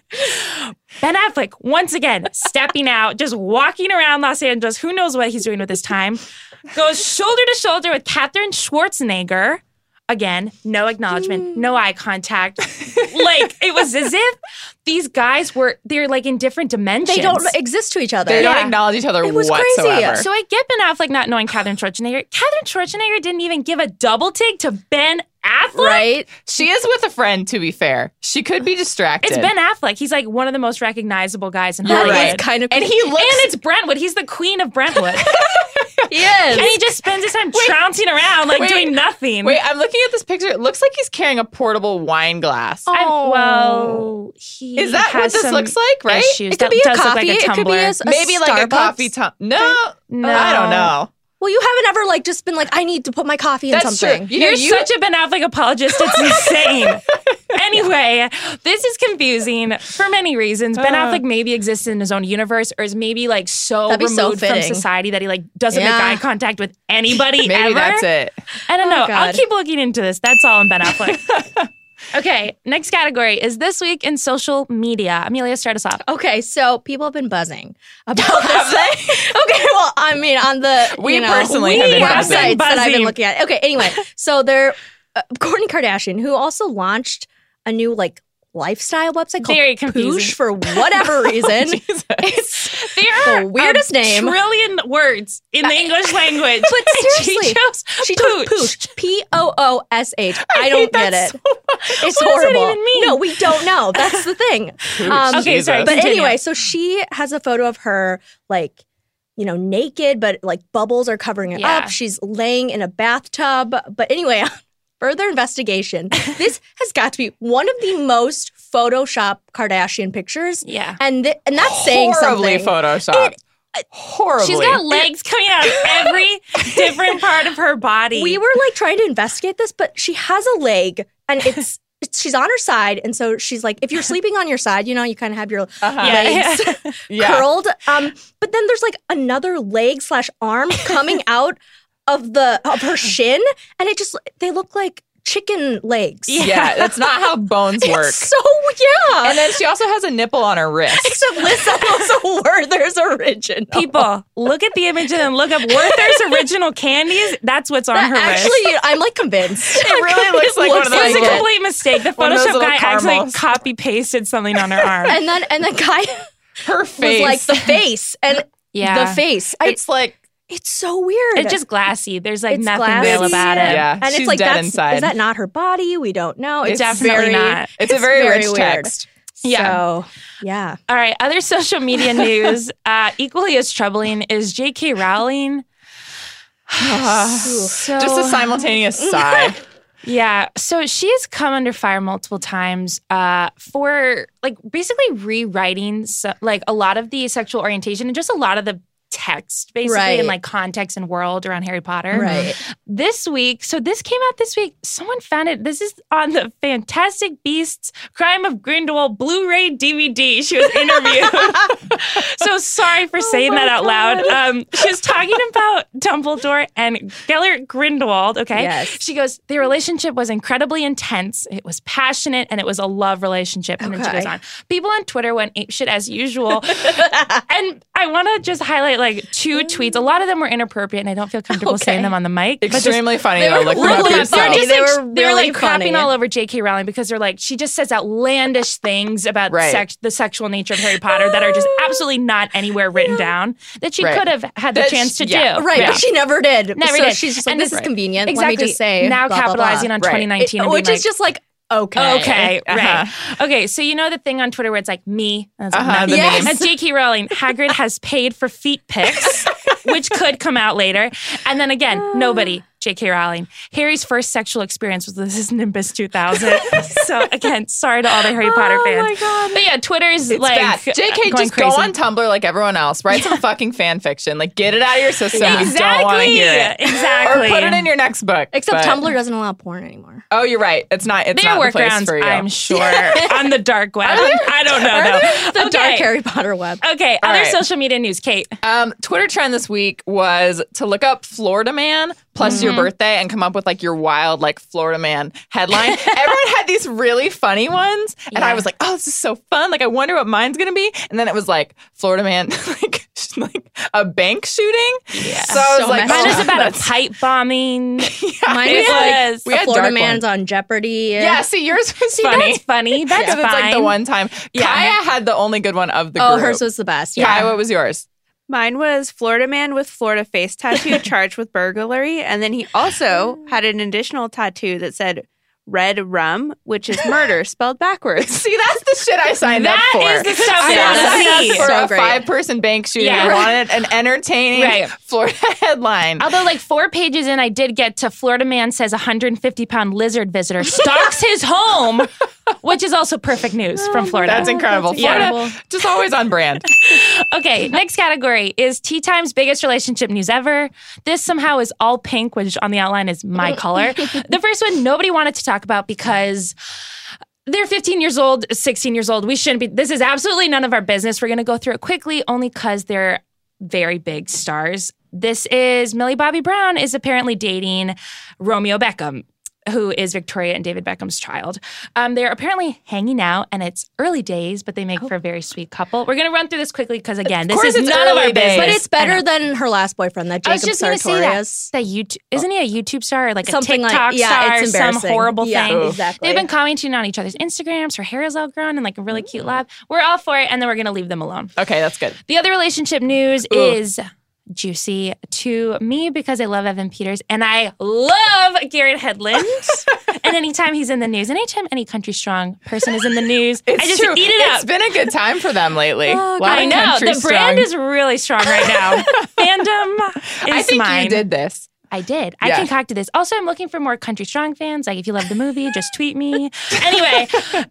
[SPEAKER 4] Ben Affleck, once again, stepping out, just walking around Los Angeles. Who knows what he's doing with his time? Goes shoulder to shoulder with Katherine Schwarzenegger. Again, no acknowledgement, no eye contact. like it was as if these guys were they're like in different dimensions.
[SPEAKER 3] They don't exist to each other.
[SPEAKER 2] They don't
[SPEAKER 4] Yeah.
[SPEAKER 2] acknowledge each other
[SPEAKER 3] It was crazy.
[SPEAKER 2] whatsoever.
[SPEAKER 4] So I get Ben Affleck not knowing Katherine Schwarzenegger. Katherine Schwarzenegger didn't even give a double take to Ben Affleck.
[SPEAKER 3] Right?
[SPEAKER 2] she is with a friend, to be fair. She could be distracted.
[SPEAKER 4] It's Ben Affleck. He's like one of the most recognizable guys in
[SPEAKER 3] That
[SPEAKER 4] Hollywood.
[SPEAKER 3] is
[SPEAKER 2] Right.
[SPEAKER 3] kind of
[SPEAKER 2] And
[SPEAKER 3] creepy.
[SPEAKER 2] he looks
[SPEAKER 4] And it's Brentwood. He's the queen of
[SPEAKER 2] [laughs]
[SPEAKER 4] Brentwood.
[SPEAKER 3] he is.
[SPEAKER 4] and he just spends his time trouncing around, like
[SPEAKER 2] Wait.
[SPEAKER 4] doing nothing.
[SPEAKER 2] Wait, I'm looking at this picture. It looks like he's carrying a portable wine glass.
[SPEAKER 4] I'm- well, he
[SPEAKER 2] Oh. Is that what
[SPEAKER 4] has
[SPEAKER 2] this
[SPEAKER 4] some
[SPEAKER 2] looks like, right?
[SPEAKER 4] Issues.
[SPEAKER 3] it
[SPEAKER 4] that
[SPEAKER 3] could be a
[SPEAKER 4] does look
[SPEAKER 3] coffee.
[SPEAKER 4] like a
[SPEAKER 3] it could be
[SPEAKER 4] tumbler.
[SPEAKER 3] a, a
[SPEAKER 2] Maybe like a
[SPEAKER 3] Starbucks.
[SPEAKER 2] coffee tum No, Oh,
[SPEAKER 4] No.
[SPEAKER 2] I don't know.
[SPEAKER 3] Well, you haven't ever like just been like, I need to put my coffee in
[SPEAKER 2] That's
[SPEAKER 3] something.
[SPEAKER 2] true. You know,
[SPEAKER 4] You're
[SPEAKER 2] you-
[SPEAKER 4] such a Ben Affleck apologist. It's insane. anyway, this is confusing for many reasons. Ben
[SPEAKER 2] Uh.
[SPEAKER 4] Affleck maybe exists in his own universe, or is maybe like so
[SPEAKER 3] That'd be
[SPEAKER 4] removed
[SPEAKER 3] so
[SPEAKER 4] from
[SPEAKER 3] fitting.
[SPEAKER 4] society that he like doesn't
[SPEAKER 3] Yeah.
[SPEAKER 4] make eye contact with anybody
[SPEAKER 2] [laughs] Maybe
[SPEAKER 4] ever.
[SPEAKER 2] that's it.
[SPEAKER 4] I don't
[SPEAKER 3] Oh,
[SPEAKER 4] know. I'll
[SPEAKER 3] God.
[SPEAKER 4] keep looking into this. That's all on Ben Affleck. Okay, next category is this week in social media. Amelia, start us off.
[SPEAKER 3] Okay, so people have been buzzing about this thing. [laughs] Okay, well, I mean, on the
[SPEAKER 2] We
[SPEAKER 3] you know,
[SPEAKER 2] personally have been
[SPEAKER 3] websites
[SPEAKER 2] buzzing.
[SPEAKER 3] that I've
[SPEAKER 4] Buzzing.
[SPEAKER 3] been looking at. Okay, anyway, so they're uh, Kourtney Kardashian, who also launched a new like lifestyle website called
[SPEAKER 4] Very confusing.
[SPEAKER 3] Poosh for whatever reason.
[SPEAKER 2] Jesus.
[SPEAKER 3] it's
[SPEAKER 4] There
[SPEAKER 3] The weirdest
[SPEAKER 4] a
[SPEAKER 3] name.
[SPEAKER 4] Trillion words in the [laughs] English language.
[SPEAKER 3] But
[SPEAKER 4] And
[SPEAKER 3] seriously,
[SPEAKER 4] she chose
[SPEAKER 3] she chose
[SPEAKER 4] Pooch.
[SPEAKER 3] Poosh, P O O S H. I,
[SPEAKER 2] hate
[SPEAKER 3] don't
[SPEAKER 2] that
[SPEAKER 3] get it.
[SPEAKER 2] so
[SPEAKER 4] What
[SPEAKER 3] It's
[SPEAKER 4] does that
[SPEAKER 3] horrible.
[SPEAKER 4] even mean?
[SPEAKER 3] No, we don't know. That's the thing. Um,
[SPEAKER 2] Pooch,
[SPEAKER 4] okay, sorry,
[SPEAKER 2] Jesus.
[SPEAKER 3] But
[SPEAKER 4] Continue.
[SPEAKER 3] anyway, so she has a photo of her like, you know, naked, but like bubbles are covering it
[SPEAKER 4] Yeah.
[SPEAKER 3] up. She's laying in a bathtub. But anyway, [laughs]
[SPEAKER 4] [laughs]
[SPEAKER 3] further investigation. this has got to be one of the most Photoshop Kardashian pictures.
[SPEAKER 4] Yeah.
[SPEAKER 3] And th- and that's saying
[SPEAKER 2] horribly
[SPEAKER 3] something.
[SPEAKER 2] photoshopped. horribly.
[SPEAKER 4] She's got legs coming out of every different part of her body.
[SPEAKER 3] we were like trying to investigate this, but she has a leg and it's [laughs] it's- she's on her side. And so she's like,
[SPEAKER 4] [laughs]
[SPEAKER 3] if you're sleeping on your side, you know, you kind of have your
[SPEAKER 2] Uh-huh.
[SPEAKER 4] Yeah. [laughs]
[SPEAKER 3] legs
[SPEAKER 2] Yeah.
[SPEAKER 3] curled. Um, but then there's like another leg slash arm coming out of the of her shin, and it just they look like chicken legs.
[SPEAKER 2] Yeah. that's not how [laughs] bones work.
[SPEAKER 3] [laughs] It's so yeah.
[SPEAKER 2] and [laughs] then she also has a nipple on her wrist.
[SPEAKER 3] Except Liz knows a word. There's original.
[SPEAKER 4] People, look at the image and then look up Werther's original candies. That's what's on her
[SPEAKER 3] Actually,
[SPEAKER 4] wrist.
[SPEAKER 3] you- I'm like convinced.
[SPEAKER 2] It really looks like one
[SPEAKER 4] It
[SPEAKER 2] of
[SPEAKER 4] was
[SPEAKER 2] those.
[SPEAKER 4] a
[SPEAKER 3] like it.
[SPEAKER 2] little-
[SPEAKER 4] complete mistake. The
[SPEAKER 2] One of those
[SPEAKER 4] Photoshop
[SPEAKER 2] little
[SPEAKER 4] guy actually
[SPEAKER 2] caramels.
[SPEAKER 4] copy pasted something on her arm.
[SPEAKER 3] [laughs] And then and the guy [laughs]
[SPEAKER 2] [laughs] her
[SPEAKER 3] was
[SPEAKER 2] face.
[SPEAKER 3] like the face and the face. I,
[SPEAKER 2] it's like
[SPEAKER 3] it's so weird.
[SPEAKER 4] It's just glassy. There's like
[SPEAKER 3] It's
[SPEAKER 4] nothing real
[SPEAKER 3] glassy.
[SPEAKER 4] about it.
[SPEAKER 2] Yeah,
[SPEAKER 3] and
[SPEAKER 2] she's
[SPEAKER 3] it's like
[SPEAKER 2] dead
[SPEAKER 3] that's
[SPEAKER 2] inside.
[SPEAKER 3] is that not her body? We don't know. It's,
[SPEAKER 4] Definitely
[SPEAKER 3] very,
[SPEAKER 4] not.
[SPEAKER 2] It's, a
[SPEAKER 3] it's
[SPEAKER 2] very,
[SPEAKER 3] very
[SPEAKER 2] rich
[SPEAKER 3] weird.
[SPEAKER 2] text.
[SPEAKER 4] Yeah.
[SPEAKER 3] So, yeah.
[SPEAKER 4] All right. Other social media news, uh, equally as troubling, is J.K. Rowling. So,
[SPEAKER 2] Just a simultaneous [laughs] sigh.
[SPEAKER 4] Yeah. So she has come under fire multiple times uh, for like basically rewriting so, like a lot of the sexual orientation and just a lot of the text basically
[SPEAKER 3] Right.
[SPEAKER 4] and like context and world around Harry Potter.
[SPEAKER 3] Right.
[SPEAKER 4] This week, so this came out this week. Someone found it. This is on the Fantastic Beasts Crime of Grindelwald Blu-ray DVD. She was interviewed.
[SPEAKER 3] [laughs]
[SPEAKER 4] so sorry for
[SPEAKER 3] Oh
[SPEAKER 4] saying that out loud. Um, she was talking about Dumbledore and Gellert Grindelwald. Okay.
[SPEAKER 3] Yes.
[SPEAKER 4] She goes, the relationship was incredibly intense. It was passionate and it was a love relationship. And then she
[SPEAKER 3] Okay.
[SPEAKER 4] goes on. People on Twitter went apeshit as usual. and I want to just highlight like two tweets. A lot of them were inappropriate and I don't feel comfortable saying
[SPEAKER 3] Okay.
[SPEAKER 4] them on the mic. but just-
[SPEAKER 2] Extremely funny.
[SPEAKER 3] They
[SPEAKER 2] though. [laughs]
[SPEAKER 3] were
[SPEAKER 2] Look
[SPEAKER 3] really
[SPEAKER 2] them up
[SPEAKER 3] funny.
[SPEAKER 4] they're
[SPEAKER 2] yourself.
[SPEAKER 4] just
[SPEAKER 3] They
[SPEAKER 4] like,
[SPEAKER 3] were
[SPEAKER 4] they're
[SPEAKER 3] really
[SPEAKER 4] like
[SPEAKER 3] funny.
[SPEAKER 4] crapping all over J.K. Rowling because they're like she just says outlandish things about
[SPEAKER 2] Right.
[SPEAKER 4] sex, the sexual nature of Harry Potter that are just absolutely not anywhere written down that she
[SPEAKER 2] Right.
[SPEAKER 4] could have had the
[SPEAKER 2] That
[SPEAKER 4] chance
[SPEAKER 2] she-
[SPEAKER 4] to
[SPEAKER 2] yeah.
[SPEAKER 4] do.
[SPEAKER 3] Right,
[SPEAKER 4] Yeah.
[SPEAKER 3] but she never did.
[SPEAKER 4] Never
[SPEAKER 3] so
[SPEAKER 4] did.
[SPEAKER 3] she's just like,
[SPEAKER 4] And
[SPEAKER 3] this
[SPEAKER 4] it's-
[SPEAKER 3] is convenient.
[SPEAKER 4] Exactly.
[SPEAKER 3] Let me just say.
[SPEAKER 4] now
[SPEAKER 3] blah, blah, blah.
[SPEAKER 4] capitalizing on
[SPEAKER 2] Right.
[SPEAKER 4] 2019
[SPEAKER 3] It-
[SPEAKER 4] and
[SPEAKER 3] Which
[SPEAKER 4] being
[SPEAKER 3] is
[SPEAKER 4] like,
[SPEAKER 3] just like, okay.
[SPEAKER 4] Okay,
[SPEAKER 2] Uh-huh.
[SPEAKER 4] right. Okay, so you know the thing on Twitter where it's like me, and it's like,
[SPEAKER 2] Uh-huh,
[SPEAKER 4] not
[SPEAKER 2] the
[SPEAKER 4] you.
[SPEAKER 3] Yes. meme.
[SPEAKER 4] That's J.K. Rowling.
[SPEAKER 2] [laughs]
[SPEAKER 4] Hagrid has paid for feet pics, which could come out later. And then again,
[SPEAKER 2] Uh.
[SPEAKER 4] nobody. J.K. Rowling. Harry's first sexual experience was with his Nimbus 2000.
[SPEAKER 2] [laughs]
[SPEAKER 4] so again, sorry to all the Harry Potter fans. Oh my god! But yeah, Twitter's
[SPEAKER 2] It's
[SPEAKER 4] like uh,
[SPEAKER 2] bad. JK,
[SPEAKER 4] going
[SPEAKER 2] just
[SPEAKER 4] crazy.
[SPEAKER 2] go on Tumblr like everyone else. Write some fucking fan fiction. Like, get it out of your system. We don't want to
[SPEAKER 4] Exactly.
[SPEAKER 2] hear it.
[SPEAKER 4] Exactly.
[SPEAKER 2] Or put it in your next book.
[SPEAKER 3] Except
[SPEAKER 2] but-
[SPEAKER 3] Tumblr doesn't allow porn anymore.
[SPEAKER 2] Oh, you're right. It's not. It's
[SPEAKER 4] There
[SPEAKER 2] not
[SPEAKER 4] are
[SPEAKER 2] the place
[SPEAKER 4] workarounds,
[SPEAKER 2] for you.
[SPEAKER 4] I'm sure,
[SPEAKER 2] [laughs]
[SPEAKER 4] on the dark web. I don't know though.
[SPEAKER 3] The dark
[SPEAKER 4] Okay.
[SPEAKER 3] Harry Potter web.
[SPEAKER 4] [laughs] Okay, other
[SPEAKER 2] right.
[SPEAKER 4] social media news,
[SPEAKER 2] [laughs]
[SPEAKER 4] Kate.
[SPEAKER 2] Um, Twitter trend this week was to look up Florida man plus your birthday and come up with like your wild like Florida man headline. Everyone had these really funny ones, and I
[SPEAKER 4] Yeah.
[SPEAKER 2] was like, oh, this is so fun. Like, I wonder what mine's gonna be. And then it was like Florida man [laughs] like like a bank shooting. Yeah. So I was
[SPEAKER 3] So
[SPEAKER 2] like,
[SPEAKER 3] messed
[SPEAKER 4] Mine
[SPEAKER 2] oh,
[SPEAKER 4] is about a
[SPEAKER 2] that's-
[SPEAKER 4] pipe
[SPEAKER 2] [laughs]
[SPEAKER 4] bombing.
[SPEAKER 3] Mine
[SPEAKER 4] it
[SPEAKER 3] was like
[SPEAKER 4] was-
[SPEAKER 2] we had
[SPEAKER 3] a Florida
[SPEAKER 2] dark
[SPEAKER 3] man's on Jeopardy.
[SPEAKER 2] Yeah. See, yours was [laughs]
[SPEAKER 4] See,
[SPEAKER 2] funny.
[SPEAKER 4] that's funny. That's
[SPEAKER 2] Because
[SPEAKER 4] fine.
[SPEAKER 2] it's like the one time.
[SPEAKER 4] Yeah.
[SPEAKER 2] Kaya had the only good one of the
[SPEAKER 3] Oh,
[SPEAKER 2] group.
[SPEAKER 3] hers was the best. Yeah.
[SPEAKER 2] Kaya, what was yours?
[SPEAKER 5] Mine was Florida man with Florida face tattoo charged with burglary. And then he also had an additional tattoo that said red rum, which is murder spelled backwards.
[SPEAKER 2] See, that's the shit I signed
[SPEAKER 4] That
[SPEAKER 2] up for.
[SPEAKER 4] is the stuff
[SPEAKER 2] I
[SPEAKER 4] we
[SPEAKER 3] Yeah,
[SPEAKER 4] want
[SPEAKER 2] signed
[SPEAKER 3] that's-
[SPEAKER 2] up
[SPEAKER 4] to
[SPEAKER 3] that's
[SPEAKER 4] see.
[SPEAKER 2] for
[SPEAKER 3] So
[SPEAKER 2] a
[SPEAKER 3] great.
[SPEAKER 2] five-person bank shooting.
[SPEAKER 4] Yeah.
[SPEAKER 2] I wanted an entertaining
[SPEAKER 4] Right.
[SPEAKER 2] Florida [laughs] headline.
[SPEAKER 4] Although, like four pages in, I did get to Florida man says 150 pound lizard [laughs] visitor stalks his [laughs] home, which is also perfect news from Florida.
[SPEAKER 2] That's incredible.
[SPEAKER 4] Oh, that's
[SPEAKER 2] Florida,
[SPEAKER 4] incredible.
[SPEAKER 2] just always on brand.
[SPEAKER 4] [laughs] Okay, next category is Tea Time's biggest relationship news ever. This somehow is all pink, which on the outline is [laughs] my color. the first one nobody wanted to talk about because they're 15 years old, 16 years old. We shouldn't be. This is absolutely none of our business. We're going to go through it quickly only because they're very big stars. This is Millie Bobby Brown is apparently dating Romeo Beckham. who is Victoria and David Beckham's child. Um, they're apparently hanging out, and it's early days, but they make for a very sweet couple. We're gonna run through this quickly because again, this
[SPEAKER 2] Oh. course
[SPEAKER 4] is
[SPEAKER 2] it's
[SPEAKER 4] none of our
[SPEAKER 2] early
[SPEAKER 4] business.
[SPEAKER 2] days.
[SPEAKER 3] But it's
[SPEAKER 4] I
[SPEAKER 3] better
[SPEAKER 4] know.
[SPEAKER 3] than her last boyfriend, that
[SPEAKER 4] I was
[SPEAKER 3] Jacob
[SPEAKER 4] just gonna say that.
[SPEAKER 3] Sartorius.
[SPEAKER 4] That YouTube isn't he a YouTube star or like
[SPEAKER 3] Something
[SPEAKER 4] a
[SPEAKER 3] like-
[SPEAKER 4] TikTok
[SPEAKER 3] yeah,
[SPEAKER 4] star?
[SPEAKER 3] it's
[SPEAKER 4] some
[SPEAKER 3] embarrassing.
[SPEAKER 4] horrible
[SPEAKER 3] Yeah,
[SPEAKER 4] thing.
[SPEAKER 3] exactly.
[SPEAKER 4] They've been commenting on each other's Instagrams. Her hair is all grown and like a really
[SPEAKER 2] Mm.
[SPEAKER 4] cute lab. We're all for it, and then we're gonna leave them alone.
[SPEAKER 2] Okay, that's good.
[SPEAKER 4] The other relationship news
[SPEAKER 2] Ooh.
[SPEAKER 4] is juicy to me because I love Evan Peters and I love Garrett
[SPEAKER 2] [laughs]
[SPEAKER 4] Hedlund. and anytime he's in the news, and anytime any country strong person is in the news, I just eat it
[SPEAKER 2] It's
[SPEAKER 4] up.
[SPEAKER 2] been a good time for them lately.
[SPEAKER 3] Oh,
[SPEAKER 2] Lot
[SPEAKER 4] I
[SPEAKER 2] of
[SPEAKER 4] know
[SPEAKER 2] country
[SPEAKER 4] the brand
[SPEAKER 2] strong.
[SPEAKER 4] is really strong right
[SPEAKER 2] [laughs]
[SPEAKER 4] now. Fandom is
[SPEAKER 2] I think
[SPEAKER 4] mine.
[SPEAKER 2] you did this.
[SPEAKER 4] I did.
[SPEAKER 2] Yeah.
[SPEAKER 4] I concocted this. Also, I'm looking for more Country Strong fans. Like, if you love the movie, just tweet me.
[SPEAKER 3] [laughs]
[SPEAKER 4] Anyway,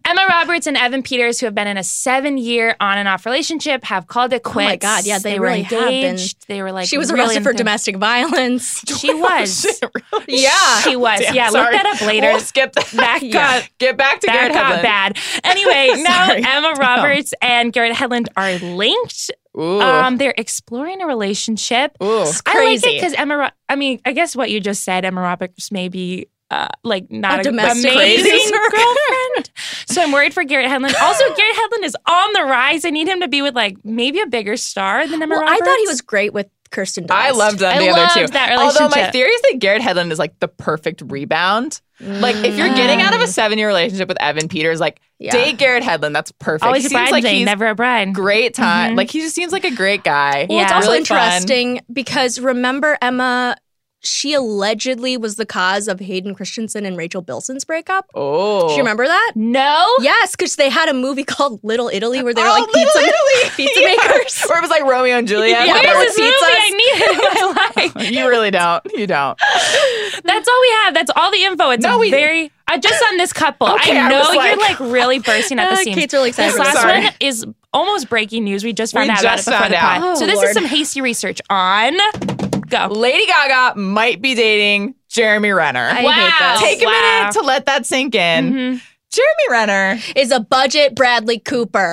[SPEAKER 4] Emma Roberts and Evan Peters, who have been in a seven year on and off relationship, have called it quits.
[SPEAKER 3] Oh my God. Yeah, they
[SPEAKER 4] were
[SPEAKER 3] really have been.
[SPEAKER 4] engaged. They were like,
[SPEAKER 3] she was
[SPEAKER 4] really
[SPEAKER 3] arrested for
[SPEAKER 4] into-
[SPEAKER 3] domestic
[SPEAKER 2] [laughs]
[SPEAKER 3] violence. [laughs] Ah,
[SPEAKER 4] She was.
[SPEAKER 2] Yeah.
[SPEAKER 4] She was.
[SPEAKER 2] Oh, Damn,
[SPEAKER 4] yeah,
[SPEAKER 2] sorry.
[SPEAKER 4] look that up later.
[SPEAKER 2] We'll skip that.
[SPEAKER 3] [laughs]
[SPEAKER 4] Back up.
[SPEAKER 2] Get back to
[SPEAKER 4] That
[SPEAKER 2] Garrett
[SPEAKER 4] got
[SPEAKER 2] Hedlund.
[SPEAKER 4] bad. Anyway, now
[SPEAKER 2] Sorry.
[SPEAKER 4] Emma Roberts and Garrett Hedlund are linked.
[SPEAKER 2] Ooh.
[SPEAKER 4] Um, they're exploring a relationship.
[SPEAKER 2] Ooh.
[SPEAKER 4] I like it
[SPEAKER 3] crazy.
[SPEAKER 4] because Emma. Ro- I mean, I guess what you just said, Emma Roberts may be uh, like
[SPEAKER 3] A
[SPEAKER 4] not a
[SPEAKER 3] domestic
[SPEAKER 4] amazing [laughs]
[SPEAKER 3] crazy.
[SPEAKER 4] girlfriend. so I'm worried for Garrett Hedlund. Also, Garrett Hedlund is on the rise. I need him to be with like maybe a bigger star than Emma
[SPEAKER 3] Well, I
[SPEAKER 4] Roberts.
[SPEAKER 3] thought he was great with Kirsten Dunst.
[SPEAKER 2] I loved them
[SPEAKER 4] I
[SPEAKER 2] the other
[SPEAKER 4] loved
[SPEAKER 2] two.
[SPEAKER 4] that
[SPEAKER 2] Although my
[SPEAKER 4] relationship.
[SPEAKER 2] theory is that Garrett Hedlund is like the perfect rebound. Like if you're getting out of a seven-year relationship with Evan Peters, like
[SPEAKER 3] Yeah.
[SPEAKER 2] date Garrett Hedlund. That's perfect.
[SPEAKER 4] always
[SPEAKER 2] He
[SPEAKER 4] a bride
[SPEAKER 2] seems like
[SPEAKER 4] day,
[SPEAKER 2] he's
[SPEAKER 4] never a bride.
[SPEAKER 2] great time. Like he just seems like a great guy.
[SPEAKER 4] Well, it's
[SPEAKER 3] It's also
[SPEAKER 2] Really fun.
[SPEAKER 3] interesting because remember Emma, she allegedly was the cause of Hayden Christensen and Rachel Bilson's breakup.
[SPEAKER 2] Oh,
[SPEAKER 3] Do you remember that?
[SPEAKER 4] No,
[SPEAKER 3] Yes, because they had a movie [laughs] called Little Italy where they were
[SPEAKER 2] Oh,
[SPEAKER 3] like
[SPEAKER 2] Little
[SPEAKER 3] pizza,
[SPEAKER 2] Italy.
[SPEAKER 3] pizza
[SPEAKER 2] Yeah.
[SPEAKER 3] makers.
[SPEAKER 2] Or it was like Romeo and Juliet.
[SPEAKER 3] Yeah.
[SPEAKER 4] where's
[SPEAKER 2] but there
[SPEAKER 3] Where
[SPEAKER 4] this
[SPEAKER 2] were
[SPEAKER 4] movie?
[SPEAKER 2] pizzas.
[SPEAKER 4] I need it in my life.
[SPEAKER 2] [laughs] You really don't. You don't.
[SPEAKER 4] That's all we have. That's all the info. It's
[SPEAKER 2] No, we-
[SPEAKER 4] very uh, just on this couple.
[SPEAKER 2] Okay, I
[SPEAKER 4] I know
[SPEAKER 2] was
[SPEAKER 4] you're like
[SPEAKER 2] like-
[SPEAKER 4] really bursting at the
[SPEAKER 3] [laughs] Uh,
[SPEAKER 4] seams.
[SPEAKER 3] Kate's really excited.
[SPEAKER 4] This
[SPEAKER 3] for
[SPEAKER 4] last
[SPEAKER 2] I'm
[SPEAKER 3] this.
[SPEAKER 2] sorry.
[SPEAKER 4] one is almost breaking news. We just found
[SPEAKER 2] We
[SPEAKER 4] out
[SPEAKER 2] just
[SPEAKER 4] about it before the
[SPEAKER 2] found
[SPEAKER 4] pod.
[SPEAKER 2] out. Oh,
[SPEAKER 4] so this
[SPEAKER 3] Lord.
[SPEAKER 4] is some hasty research on go.
[SPEAKER 2] Lady Gaga might be dating Jeremy Renner.
[SPEAKER 3] I
[SPEAKER 4] wow.
[SPEAKER 3] hate this.
[SPEAKER 2] Take a
[SPEAKER 4] Wow.
[SPEAKER 2] minute to let that sink in.
[SPEAKER 3] Mm-hmm.
[SPEAKER 4] Mhm.
[SPEAKER 2] Jeremy Renner,
[SPEAKER 3] Is a budget Bradley Cooper.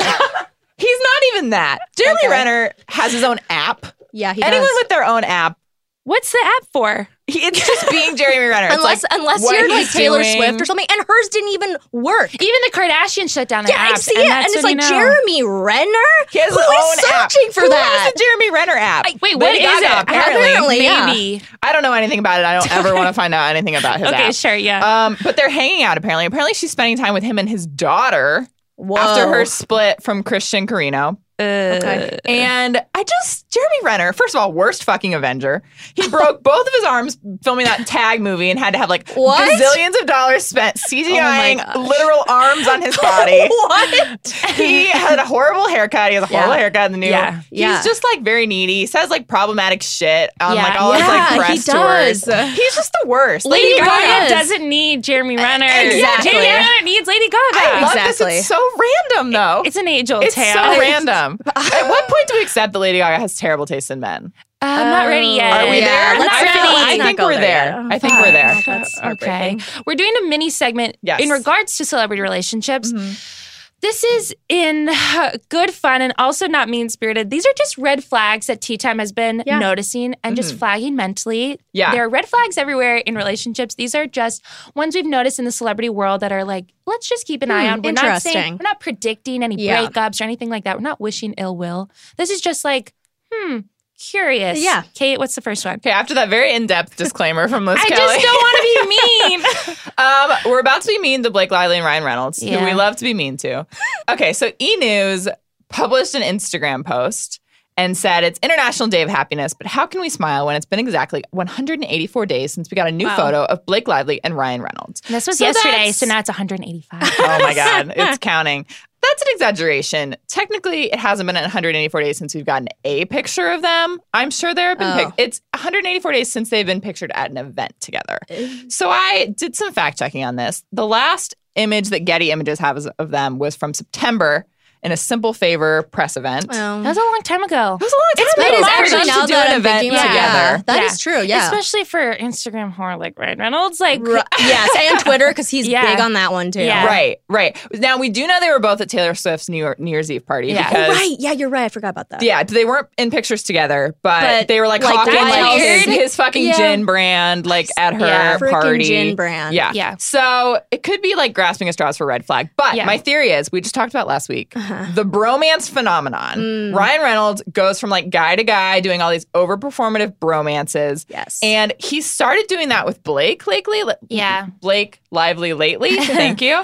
[SPEAKER 2] he's not even that. Jeremy
[SPEAKER 3] Okay.
[SPEAKER 2] Renner has his own app.
[SPEAKER 3] Yeah, he
[SPEAKER 2] Anyone
[SPEAKER 3] does.
[SPEAKER 2] with their own app,
[SPEAKER 4] What's the app for?
[SPEAKER 2] he, it's just being Jeremy Renner. It's
[SPEAKER 3] unless
[SPEAKER 2] like
[SPEAKER 3] unless
[SPEAKER 2] what
[SPEAKER 3] you're like
[SPEAKER 2] he's
[SPEAKER 3] Taylor
[SPEAKER 2] doing.
[SPEAKER 3] Swift or something, and hers didn't even work.
[SPEAKER 4] Even the Kardashians shut down their
[SPEAKER 3] Yeah,
[SPEAKER 4] apps.
[SPEAKER 3] I see
[SPEAKER 4] and
[SPEAKER 3] it,
[SPEAKER 4] that's
[SPEAKER 3] and it's
[SPEAKER 4] when you
[SPEAKER 3] like
[SPEAKER 4] know.
[SPEAKER 3] Jeremy Renner.
[SPEAKER 2] he has
[SPEAKER 3] Who
[SPEAKER 2] his
[SPEAKER 3] is
[SPEAKER 2] own app.
[SPEAKER 3] searching for
[SPEAKER 2] Who
[SPEAKER 3] that?
[SPEAKER 2] has the Jeremy Renner app?
[SPEAKER 4] Wait, what
[SPEAKER 2] Lady
[SPEAKER 4] is
[SPEAKER 2] Gaga,
[SPEAKER 4] it?
[SPEAKER 2] Apparently.
[SPEAKER 3] Apparently, yeah.
[SPEAKER 4] Maybe.
[SPEAKER 2] I don't know anything about it. I don't ever
[SPEAKER 3] [laughs]
[SPEAKER 2] want to find out anything about his
[SPEAKER 4] Okay,
[SPEAKER 2] app.
[SPEAKER 4] sure, yeah.
[SPEAKER 2] Um, but they're hanging out apparently. Apparently, she's spending time with him and his daughter
[SPEAKER 3] Whoa.
[SPEAKER 2] after her split from Christian Carino.
[SPEAKER 4] Uh,
[SPEAKER 3] okay.
[SPEAKER 2] And I just Jeremy Renner, first of all, worst fucking Avenger. He
[SPEAKER 3] [laughs]
[SPEAKER 2] broke both of his arms filming that tag movie and had to have like
[SPEAKER 3] What? Oh
[SPEAKER 2] gazillions of dollars
[SPEAKER 3] [laughs]
[SPEAKER 2] spent CGIing literal arms on his body.
[SPEAKER 3] what?
[SPEAKER 2] he had a horrible haircut. He has a horrible
[SPEAKER 3] Yeah.
[SPEAKER 2] haircut in the new.
[SPEAKER 4] Yeah.
[SPEAKER 3] Yeah.
[SPEAKER 2] He's just like very needy. He says like problematic shit on
[SPEAKER 4] Yeah.
[SPEAKER 2] like all his
[SPEAKER 3] Yeah,
[SPEAKER 2] like
[SPEAKER 3] he
[SPEAKER 2] press
[SPEAKER 3] does.
[SPEAKER 2] tours. [laughs] He's just the worst.
[SPEAKER 3] Lady
[SPEAKER 4] Lady Gaga
[SPEAKER 3] Gaga is-
[SPEAKER 4] doesn't need Jeremy Renner.
[SPEAKER 3] Exactly.
[SPEAKER 4] Jeremy Renner needs Lady Gaga.
[SPEAKER 2] Uh, I love
[SPEAKER 3] Exactly.
[SPEAKER 2] this. It's so random though.
[SPEAKER 4] it's an age old
[SPEAKER 2] It's
[SPEAKER 4] tale.
[SPEAKER 2] so
[SPEAKER 3] [laughs]
[SPEAKER 2] random. At what point do we accept that Lady Gaga has terrible taste in men?
[SPEAKER 4] Uh, I'm not ready yet.
[SPEAKER 2] Are we
[SPEAKER 3] Yeah,
[SPEAKER 2] there?
[SPEAKER 3] let's
[SPEAKER 2] I,
[SPEAKER 4] not-
[SPEAKER 2] feel-
[SPEAKER 4] let's
[SPEAKER 2] I
[SPEAKER 3] not
[SPEAKER 2] think
[SPEAKER 3] go
[SPEAKER 2] we're
[SPEAKER 3] there
[SPEAKER 2] there.
[SPEAKER 3] yet.
[SPEAKER 2] I think we're there.
[SPEAKER 3] That's
[SPEAKER 4] Okay. We're doing a mini segment
[SPEAKER 2] Yes.
[SPEAKER 4] in regards to celebrity relationships. This is in [laughs] good fun and also not mean spirited. These are just red flags that Tea Time has been
[SPEAKER 3] Yeah.
[SPEAKER 4] noticing and just flagging mentally.
[SPEAKER 2] Yeah.
[SPEAKER 4] There are red flags everywhere in relationships. These are just ones we've noticed in the celebrity world that are like, let's just keep an eye
[SPEAKER 3] Hmm,
[SPEAKER 4] on. We're not saying
[SPEAKER 3] interesting.
[SPEAKER 4] we're not predicting any
[SPEAKER 3] Yeah.
[SPEAKER 4] breakups or anything like that. We're not wishing ill will. This is just like, hmm, curious.
[SPEAKER 3] Yeah.
[SPEAKER 4] Kate, what's the first one?
[SPEAKER 2] Okay, after that very in-depth disclaimer from
[SPEAKER 3] [laughs]
[SPEAKER 2] Liz
[SPEAKER 4] I
[SPEAKER 2] Kelly,
[SPEAKER 4] just don't want to be mean.
[SPEAKER 2] um, we're about to be mean to Blake Lively and Ryan Reynolds, who
[SPEAKER 4] Yeah.
[SPEAKER 2] we love to be mean to. Okay, so E News published an Instagram post and said it's International Day of Happiness, but how can we smile when it's been exactly 184 days since we got a new photo of Blake Lively and Ryan Reynolds?
[SPEAKER 4] This was
[SPEAKER 2] So
[SPEAKER 4] yesterday,
[SPEAKER 2] that's-
[SPEAKER 4] so now it's [laughs] 185.
[SPEAKER 2] Oh my God, it's counting. That's an exaggeration. Technically, it hasn't been 184 days since we've gotten a picture of them. I'm sure there have been.
[SPEAKER 3] Oh.
[SPEAKER 2] Pic- it's 184 days since they've been pictured at an event together. So I did some fact checking on this. The last image that Getty Images has of them was from September. in a simple favor press event.
[SPEAKER 3] Well,
[SPEAKER 4] That was a long time ago.
[SPEAKER 2] It was a long time
[SPEAKER 4] It's been
[SPEAKER 2] ago.
[SPEAKER 4] a
[SPEAKER 2] for
[SPEAKER 4] while
[SPEAKER 2] them
[SPEAKER 4] since
[SPEAKER 2] to
[SPEAKER 4] now
[SPEAKER 2] do an event
[SPEAKER 4] about it.
[SPEAKER 2] together.
[SPEAKER 4] Yeah.
[SPEAKER 3] that
[SPEAKER 4] Yeah.
[SPEAKER 3] is true. Yeah.
[SPEAKER 4] Especially for Instagram horror like Ryan Reynolds. Like,
[SPEAKER 3] Ru- [laughs] yes, and Twitter because he's
[SPEAKER 4] Yeah.
[SPEAKER 3] big on that one too.
[SPEAKER 4] Yeah.
[SPEAKER 2] Right, right. Now we do know they were both at Taylor Swift's New, York, New Year's Eve party
[SPEAKER 4] Yeah.
[SPEAKER 3] Oh,
[SPEAKER 2] because
[SPEAKER 3] right. Yeah, you're right. I forgot about
[SPEAKER 2] [laughs]
[SPEAKER 3] that.
[SPEAKER 2] yeah, they weren't in pictures together, but,
[SPEAKER 3] But,
[SPEAKER 2] they were like,
[SPEAKER 3] like,
[SPEAKER 2] hawking
[SPEAKER 4] that's
[SPEAKER 2] like his,
[SPEAKER 4] weird.
[SPEAKER 2] his fucking
[SPEAKER 4] Yeah.
[SPEAKER 2] gin brand like at her
[SPEAKER 4] Yeah.
[SPEAKER 3] Freaking
[SPEAKER 2] party.
[SPEAKER 3] gin brand.
[SPEAKER 2] Yeah.
[SPEAKER 4] Yeah.
[SPEAKER 2] So it could be like grasping at straws for red flag. But
[SPEAKER 4] Yeah.
[SPEAKER 2] my theory is we just talked about last week
[SPEAKER 3] Uh-huh.
[SPEAKER 2] the bromance phenomenon.
[SPEAKER 3] Mm.
[SPEAKER 2] Ryan Reynolds goes from like guy to guy doing all these overperformative bromances.
[SPEAKER 3] Yes.
[SPEAKER 2] And he started doing that with Blake lately. li-
[SPEAKER 4] Yeah.
[SPEAKER 2] Blake Lively lately. Thank
[SPEAKER 3] [laughs]
[SPEAKER 2] you.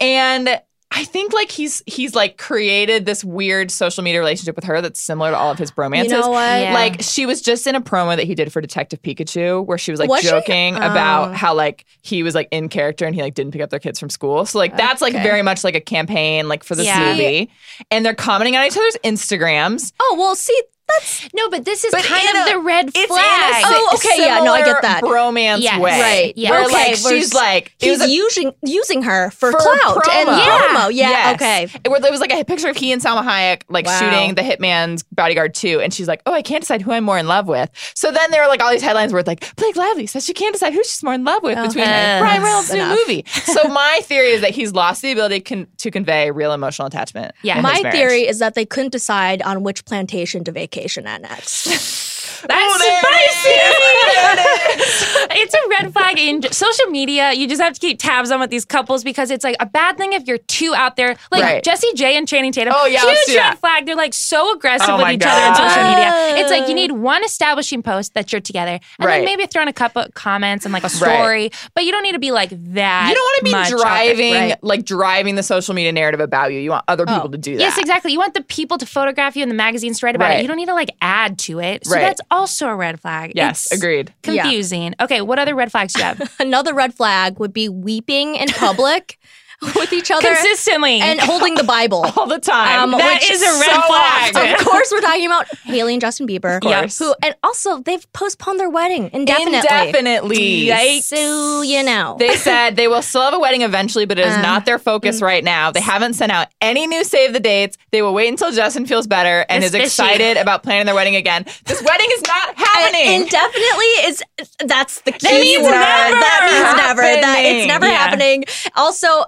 [SPEAKER 2] And I think like he's he's like created this weird social media relationship with her that's similar to all of his bromances.
[SPEAKER 3] You know what?
[SPEAKER 4] Yeah.
[SPEAKER 2] Like she was just in a promo that he did for Detective Pikachu, where she was like
[SPEAKER 3] Was she?
[SPEAKER 2] joking
[SPEAKER 3] Oh.
[SPEAKER 2] about how like he was like in character and he like didn't pick up their kids from school. So like that's like
[SPEAKER 3] Okay.
[SPEAKER 2] very much like a campaign like for this
[SPEAKER 4] Yeah.
[SPEAKER 2] movie, and they're commenting on each other's Instagrams.
[SPEAKER 3] Oh well, see that's
[SPEAKER 4] No, but this is
[SPEAKER 2] But
[SPEAKER 4] kind
[SPEAKER 2] in
[SPEAKER 4] of
[SPEAKER 2] a-
[SPEAKER 4] the red flag.
[SPEAKER 2] It's in a si-
[SPEAKER 3] Oh, okay, yeah, no, I
[SPEAKER 2] similar
[SPEAKER 3] get that.
[SPEAKER 2] bromance
[SPEAKER 4] Yes.
[SPEAKER 2] way,
[SPEAKER 3] Right, yeah.
[SPEAKER 2] Where
[SPEAKER 3] Okay,
[SPEAKER 2] like
[SPEAKER 3] where
[SPEAKER 2] she's like it was
[SPEAKER 3] he's
[SPEAKER 2] a
[SPEAKER 3] using using her for,
[SPEAKER 2] For
[SPEAKER 3] clout and
[SPEAKER 2] promo.
[SPEAKER 4] Yeah.
[SPEAKER 3] promo. Yeah.
[SPEAKER 2] Yes.
[SPEAKER 3] Okay.
[SPEAKER 2] It was, it was like a picture of he and Salma Hayek like
[SPEAKER 3] Wow.
[SPEAKER 2] shooting the hitman's bodyguard too, and she's like, "Oh, I can't decide who I'm more in love with." So then there are like all these headlines where it's like Blake Lively says she can't decide who she's more in love with between
[SPEAKER 4] Okay.
[SPEAKER 2] Ryan Reynolds' new
[SPEAKER 3] Enough.
[SPEAKER 2] movie. So my theory is that he's lost the ability con- to convey real emotional attachment.
[SPEAKER 4] Yeah.
[SPEAKER 2] in his
[SPEAKER 3] My
[SPEAKER 2] marriage.
[SPEAKER 3] theory is that they couldn't decide on which plantation to vacation at next. [laughs]
[SPEAKER 4] That's
[SPEAKER 2] Oh, there it [laughs]
[SPEAKER 4] spicy. it's a red flag in social media. You just have to keep tabs on with these couples because it's like a bad thing if you're too out there. Like
[SPEAKER 2] Right.
[SPEAKER 4] Jesse J and Channing Tatum.
[SPEAKER 2] Oh, yeah,
[SPEAKER 4] huge
[SPEAKER 2] let's do
[SPEAKER 4] red
[SPEAKER 2] that.
[SPEAKER 4] flag. They're like so aggressive
[SPEAKER 2] Oh,
[SPEAKER 4] with
[SPEAKER 2] my
[SPEAKER 4] each other on
[SPEAKER 2] God.
[SPEAKER 4] social
[SPEAKER 3] Oh.
[SPEAKER 4] media. It's like you need one establishing post that you're together, and
[SPEAKER 2] Right.
[SPEAKER 4] then maybe throw in a couple comments and like a
[SPEAKER 2] Right.
[SPEAKER 4] story. But you don't need to be like that.
[SPEAKER 2] You don't
[SPEAKER 4] much
[SPEAKER 2] want to
[SPEAKER 4] out
[SPEAKER 2] be
[SPEAKER 4] there.
[SPEAKER 2] driving
[SPEAKER 3] right. Oh.
[SPEAKER 2] like driving the social media narrative about you. You want other people to do that.
[SPEAKER 4] Yes, exactly. You want the people to photograph you and the magazines to write about
[SPEAKER 2] Right.
[SPEAKER 4] it. You don't need to like add to it. So
[SPEAKER 2] Right.
[SPEAKER 4] that's also a red flag.
[SPEAKER 2] Yes,
[SPEAKER 4] It's
[SPEAKER 2] agreed.
[SPEAKER 3] Yeah.
[SPEAKER 4] confusing. Okay, what other red flags do you
[SPEAKER 2] [laughs]
[SPEAKER 4] have?
[SPEAKER 3] Another red flag would be weeping in public [laughs] with each other
[SPEAKER 4] Consistently.
[SPEAKER 3] and holding the
[SPEAKER 2] [laughs]
[SPEAKER 3] Bible.
[SPEAKER 2] All the time.
[SPEAKER 3] Um,
[SPEAKER 2] That
[SPEAKER 4] which
[SPEAKER 2] is
[SPEAKER 4] is a red flag.
[SPEAKER 2] often.
[SPEAKER 3] Of course, we're talking about Haley and Justin Bieber.
[SPEAKER 2] course.
[SPEAKER 3] Who and also they've postponed their wedding indefinitely.
[SPEAKER 2] Indefinitely.
[SPEAKER 3] So you know.
[SPEAKER 2] They said they will still have a wedding eventually, but it
[SPEAKER 3] Uh,
[SPEAKER 2] is not their focus
[SPEAKER 3] mm.
[SPEAKER 2] right now. They haven't sent out any new save the dates. They will wait until Justin feels better and is
[SPEAKER 4] It's fishy.
[SPEAKER 2] excited about planning their wedding again. This wedding is
[SPEAKER 3] [laughs]
[SPEAKER 2] not happening.
[SPEAKER 3] Indefinitely is that's the key
[SPEAKER 2] means
[SPEAKER 3] word.
[SPEAKER 2] never
[SPEAKER 3] That means never. That
[SPEAKER 2] happening.
[SPEAKER 3] it's never
[SPEAKER 2] Yeah.
[SPEAKER 3] happening. Also,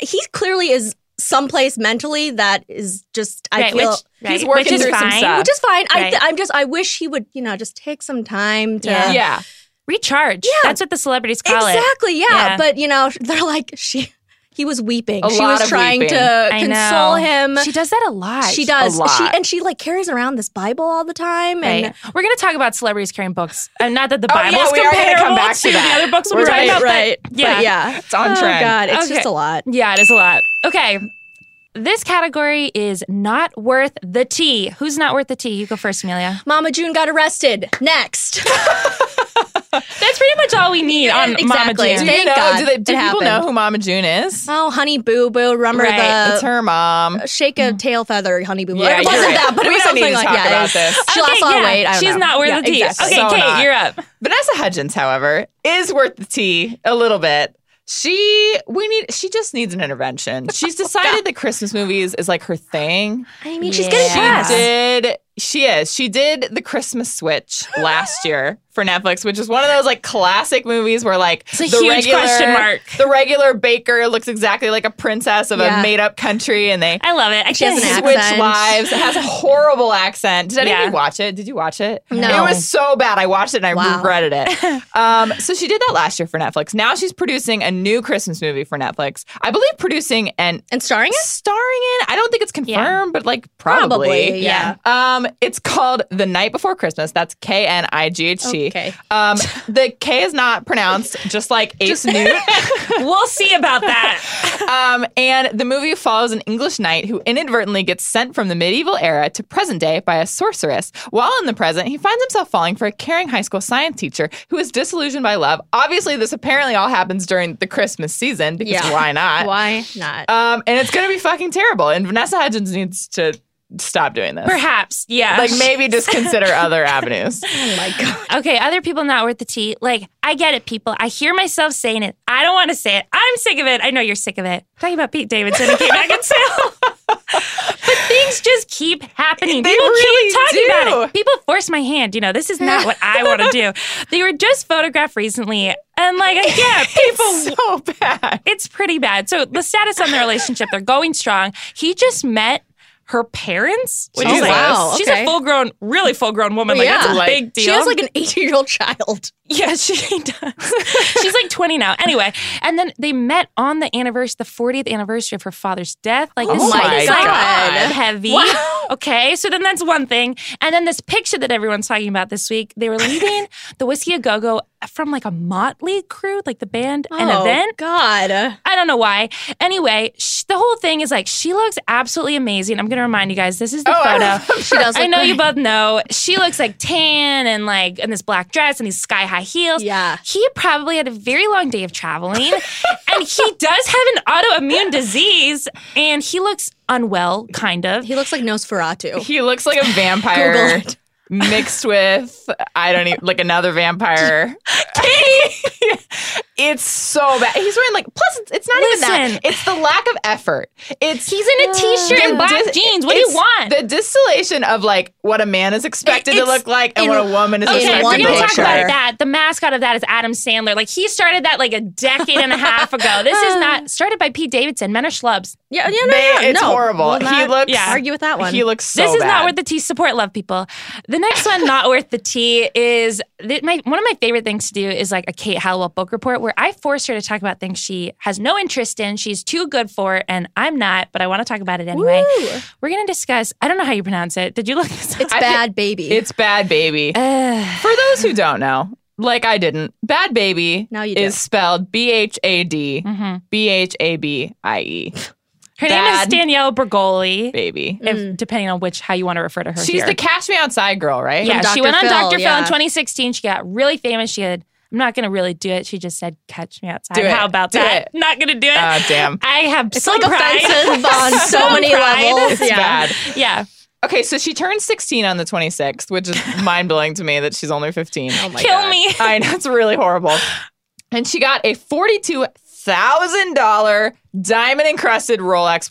[SPEAKER 3] he clearly is someplace mentally that is just I
[SPEAKER 4] right,
[SPEAKER 3] feel
[SPEAKER 4] which, right,
[SPEAKER 2] he's working
[SPEAKER 4] which is
[SPEAKER 2] through some
[SPEAKER 4] fine.
[SPEAKER 2] stuff.
[SPEAKER 3] which is fine. I
[SPEAKER 4] Right.
[SPEAKER 3] I'm just I wish he would you know just take some time to.
[SPEAKER 4] Yeah.
[SPEAKER 2] yeah.
[SPEAKER 4] Recharge. That's what the celebrities call it.
[SPEAKER 3] Exactly. Yeah.
[SPEAKER 4] Yeah.
[SPEAKER 3] But you know, [laughs] they're like she. He was weeping.
[SPEAKER 2] A
[SPEAKER 3] she
[SPEAKER 2] lot
[SPEAKER 3] was
[SPEAKER 2] of
[SPEAKER 3] trying
[SPEAKER 2] weeping.
[SPEAKER 3] to
[SPEAKER 4] I
[SPEAKER 3] console
[SPEAKER 4] know.
[SPEAKER 3] him.
[SPEAKER 4] She does that a lot.
[SPEAKER 3] She does.
[SPEAKER 2] lot.
[SPEAKER 3] She and she like carries around this Bible all the time. And
[SPEAKER 4] Right. We're going to talk about celebrities carrying books. Uh, not that the
[SPEAKER 2] Oh, yeah,
[SPEAKER 4] Bible's
[SPEAKER 2] we are gonna come
[SPEAKER 4] comparable
[SPEAKER 2] back to that.
[SPEAKER 4] the other books we're
[SPEAKER 2] Right,
[SPEAKER 4] talking about, but yeah.
[SPEAKER 3] Yeah. yeah.
[SPEAKER 2] It's on
[SPEAKER 3] oh
[SPEAKER 2] trend.
[SPEAKER 3] God, it's
[SPEAKER 4] Okay.
[SPEAKER 3] just a lot.
[SPEAKER 4] Yeah, it is a lot. Okay. This category is not worth the tea. Who's not worth the tea? You go first, Amelia.
[SPEAKER 3] Mama June got arrested.
[SPEAKER 2] [laughs]
[SPEAKER 3] Next.
[SPEAKER 4] That's pretty much all we need on Mama
[SPEAKER 3] Exactly.
[SPEAKER 4] June.
[SPEAKER 2] Do you
[SPEAKER 3] Thank
[SPEAKER 2] know?
[SPEAKER 3] God
[SPEAKER 2] do they, do
[SPEAKER 3] it
[SPEAKER 2] people know
[SPEAKER 3] happened.
[SPEAKER 2] who Mama June is?
[SPEAKER 3] oh, honey boo boo. Remember
[SPEAKER 4] Right,
[SPEAKER 3] the
[SPEAKER 2] it's her mom.
[SPEAKER 3] shake a tail feather, honey boo boo.
[SPEAKER 2] Yeah,
[SPEAKER 3] it
[SPEAKER 2] you're
[SPEAKER 3] wasn't
[SPEAKER 2] right.
[SPEAKER 3] that, but it
[SPEAKER 2] We
[SPEAKER 3] was
[SPEAKER 2] don't need
[SPEAKER 3] something
[SPEAKER 2] to
[SPEAKER 3] like
[SPEAKER 2] talk
[SPEAKER 3] yeah,
[SPEAKER 2] about
[SPEAKER 3] it's-
[SPEAKER 2] this.
[SPEAKER 3] She lost
[SPEAKER 4] Okay,
[SPEAKER 3] all
[SPEAKER 4] yeah.
[SPEAKER 3] her weight. I don't
[SPEAKER 4] She's
[SPEAKER 3] know.
[SPEAKER 4] not worth
[SPEAKER 3] Yeah,
[SPEAKER 4] the tea.
[SPEAKER 3] exactly.
[SPEAKER 4] Okay,
[SPEAKER 2] So
[SPEAKER 4] Kate,
[SPEAKER 2] not.
[SPEAKER 4] you're up.
[SPEAKER 2] Vanessa Hudgens, however, is worth the tea a little bit. She we need she just needs an intervention.
[SPEAKER 4] [laughs]
[SPEAKER 2] She's decided that Christmas movies is like her thing.
[SPEAKER 3] I mean, she's
[SPEAKER 4] Yeah.
[SPEAKER 3] getting
[SPEAKER 2] She
[SPEAKER 3] pressed.
[SPEAKER 2] did. She is. She did the Christmas Switch
[SPEAKER 4] [gasps]
[SPEAKER 2] last year for Netflix, which is one of those like classic movies where like
[SPEAKER 4] It's a huge question mark.
[SPEAKER 2] the regular baker looks exactly like a princess of
[SPEAKER 3] Yeah.
[SPEAKER 2] a made up country, and they
[SPEAKER 4] I love it. I
[SPEAKER 3] She
[SPEAKER 4] can't
[SPEAKER 3] has an
[SPEAKER 4] s-
[SPEAKER 2] switch
[SPEAKER 3] accent.
[SPEAKER 2] lives. It has a horrible accent. Did any of
[SPEAKER 4] Yeah.
[SPEAKER 2] you watch it? Did you watch it?
[SPEAKER 3] No.
[SPEAKER 2] It was so bad. I watched it and I
[SPEAKER 3] Wow.
[SPEAKER 2] regretted
[SPEAKER 3] [laughs]
[SPEAKER 2] it. um, so she did that last year for Netflix. Now she's producing a new Christmas movie for Netflix. I believe producing and
[SPEAKER 3] And starring it?
[SPEAKER 2] starring in. I don't think it's confirmed, but like
[SPEAKER 3] Probably, yeah.
[SPEAKER 2] Um, it's called The Night Before Christmas. That's K N I G H T.
[SPEAKER 3] Okay.
[SPEAKER 2] Um, the K is not pronounced, just like Ace Newt.
[SPEAKER 3] [laughs]
[SPEAKER 4] We'll see about that.
[SPEAKER 2] [laughs] Um, and the movie follows an English knight who inadvertently gets sent from the medieval era to present day by a sorceress. While in the present, he finds himself falling for a caring high school science teacher who is disillusioned by love. Obviously, this apparently all happens during the Christmas season because
[SPEAKER 3] Yeah.
[SPEAKER 2] why
[SPEAKER 3] [laughs]
[SPEAKER 2] not?
[SPEAKER 5] Why?
[SPEAKER 3] Not.
[SPEAKER 2] Um, and it's going to be fucking terrible. And Vanessa Hudgens needs to stop doing this.
[SPEAKER 4] Perhaps, yeah.
[SPEAKER 2] Like maybe just consider other avenues.
[SPEAKER 3] oh my God.
[SPEAKER 4] Okay, other people not worth the tea. Like, I get it, people. I hear myself saying it. I
[SPEAKER 2] [laughs]
[SPEAKER 4] don't want to say it. I'm sick of it. I know you're sick of it. Talking about Pete Davidson and Kate Beckinsale. But things just keep happening.
[SPEAKER 2] They
[SPEAKER 4] People
[SPEAKER 2] really
[SPEAKER 4] keep talking
[SPEAKER 2] do.
[SPEAKER 4] about it. People force my hand. You know, this is not what I want to do. They were just photographed recently, and like, yeah,
[SPEAKER 2] [laughs]
[SPEAKER 4] people
[SPEAKER 2] so bad.
[SPEAKER 4] it's pretty bad. So the status on their relationship, they're going strong. He just met her parents, which is
[SPEAKER 2] Jesus.
[SPEAKER 4] like
[SPEAKER 3] Wow,
[SPEAKER 4] she's
[SPEAKER 3] okay.
[SPEAKER 4] a full grown, really full grown woman.
[SPEAKER 3] Well,
[SPEAKER 4] like that's a
[SPEAKER 2] yeah.
[SPEAKER 4] big deal.
[SPEAKER 3] She has like an 18 year old child.
[SPEAKER 4] [laughs] yeah, she does. she's like twenty now. Anyway, and then they met on the anniversary, the fortieth anniversary of her father's death. Like this
[SPEAKER 2] Oh
[SPEAKER 4] is
[SPEAKER 2] my
[SPEAKER 4] like
[SPEAKER 2] God.
[SPEAKER 4] heavy. Okay, so then that's one thing. And then this picture that everyone's talking about this week, they were leaving
[SPEAKER 3] [laughs]
[SPEAKER 4] the Whiskey a Go Go from like a motley crew, like the band, an
[SPEAKER 3] oh,
[SPEAKER 4] event.
[SPEAKER 2] [laughs]
[SPEAKER 3] God.
[SPEAKER 4] I don't know why. Anyway, sh- the whole thing is like she looks absolutely amazing. I'm gonna remind you guys, this is the
[SPEAKER 2] Oh, I
[SPEAKER 4] photo.
[SPEAKER 2] remember.
[SPEAKER 3] She
[SPEAKER 4] [laughs]
[SPEAKER 3] does.
[SPEAKER 4] I
[SPEAKER 3] look
[SPEAKER 4] know
[SPEAKER 3] great.
[SPEAKER 4] you both know she looks like tan and like in this black dress and these sky high heels.
[SPEAKER 3] Yeah.
[SPEAKER 4] He probably had a very long day of traveling, [laughs] and he does have an autoimmune disease, and he looks unwell, kind of.
[SPEAKER 3] He looks like Nosferatu.
[SPEAKER 2] He looks
[SPEAKER 4] [laughs]
[SPEAKER 2] like a
[SPEAKER 3] Google
[SPEAKER 2] vampire
[SPEAKER 3] it.
[SPEAKER 2] mixed with I don't even like another
[SPEAKER 4] [laughs]
[SPEAKER 2] vampire. [laughs] it's so bad. He's wearing like plus it's, it's not even
[SPEAKER 4] Listen.
[SPEAKER 2] that. It's the lack of effort. It's
[SPEAKER 4] He's in a t-shirt and
[SPEAKER 2] The
[SPEAKER 4] black
[SPEAKER 2] dis-
[SPEAKER 4] jeans. What do you
[SPEAKER 2] it's
[SPEAKER 4] want?
[SPEAKER 2] The distillation of like what a man is expected to
[SPEAKER 4] It's
[SPEAKER 2] look like and
[SPEAKER 3] in-
[SPEAKER 2] what a woman is
[SPEAKER 3] in
[SPEAKER 4] Okay,
[SPEAKER 2] expected
[SPEAKER 4] we're
[SPEAKER 3] one
[SPEAKER 2] to
[SPEAKER 4] gonna
[SPEAKER 2] look
[SPEAKER 4] talk
[SPEAKER 2] like.
[SPEAKER 3] picture.
[SPEAKER 4] about that. The mascot of that is Adam Sandler. Like he started that like a decade and a half ago. This
[SPEAKER 2] [laughs]
[SPEAKER 4] is not started by Pete Davidson. Men are schlubs.
[SPEAKER 3] Yeah, yeah, no,
[SPEAKER 2] They-
[SPEAKER 3] yeah,
[SPEAKER 2] it's
[SPEAKER 3] no.
[SPEAKER 2] horrible.
[SPEAKER 3] Will
[SPEAKER 2] he
[SPEAKER 3] not
[SPEAKER 2] looks
[SPEAKER 4] yeah.
[SPEAKER 3] Argue with that one.
[SPEAKER 2] he looks so
[SPEAKER 4] this is
[SPEAKER 2] bad.
[SPEAKER 4] not worth the tea. Support love people. The next one, not worth the tea, is that my one of my favorite things to do is like a Kate Hallowell book report where I force her to talk about things she has no interest in. She's too good for, and I'm not. But I want to talk about it anyway.
[SPEAKER 3] Woo.
[SPEAKER 4] We're gonna discuss. I don't know how you pronounce it. Did you look this up? [sighs]
[SPEAKER 3] It's bad, baby.
[SPEAKER 2] It's bad baby.
[SPEAKER 4] Ugh.
[SPEAKER 2] For those who don't know, like I didn't, bad baby
[SPEAKER 3] Now you do.
[SPEAKER 2] is spelled B H A D
[SPEAKER 4] Mhm.
[SPEAKER 2] B H A B I E
[SPEAKER 4] Her name is
[SPEAKER 2] Bad.
[SPEAKER 4] Danielle Bergoli.
[SPEAKER 2] baby.
[SPEAKER 4] If, depending on which how you want to refer to her,
[SPEAKER 2] She's
[SPEAKER 4] here.
[SPEAKER 2] the Cash Me Outside girl, right?
[SPEAKER 4] Yeah,
[SPEAKER 3] From
[SPEAKER 4] she
[SPEAKER 3] Dr.
[SPEAKER 4] went on
[SPEAKER 3] Phil,
[SPEAKER 4] Dr. Phil
[SPEAKER 3] yeah.
[SPEAKER 4] in 2016. She got really famous. She had, I'm not going to really do it. She just said, catch me outside.
[SPEAKER 2] Do it.
[SPEAKER 4] How about
[SPEAKER 2] Do
[SPEAKER 4] that?
[SPEAKER 2] it.
[SPEAKER 4] Not going to do it.
[SPEAKER 2] Ah, damn.
[SPEAKER 4] I have
[SPEAKER 3] It's
[SPEAKER 4] some
[SPEAKER 3] like
[SPEAKER 4] pride.
[SPEAKER 3] [laughs] offensive on so,
[SPEAKER 4] Some
[SPEAKER 3] many
[SPEAKER 4] pride.
[SPEAKER 3] levels.
[SPEAKER 2] It's bad.
[SPEAKER 4] yeah.
[SPEAKER 2] Okay, so she turned 16 on the 26th, which is [laughs] mind blowing to me that she's only 15.
[SPEAKER 3] Oh my
[SPEAKER 4] Kill
[SPEAKER 3] God.
[SPEAKER 4] me.
[SPEAKER 2] I know it's really horrible. And she got a $42,000 diamond encrusted Rolex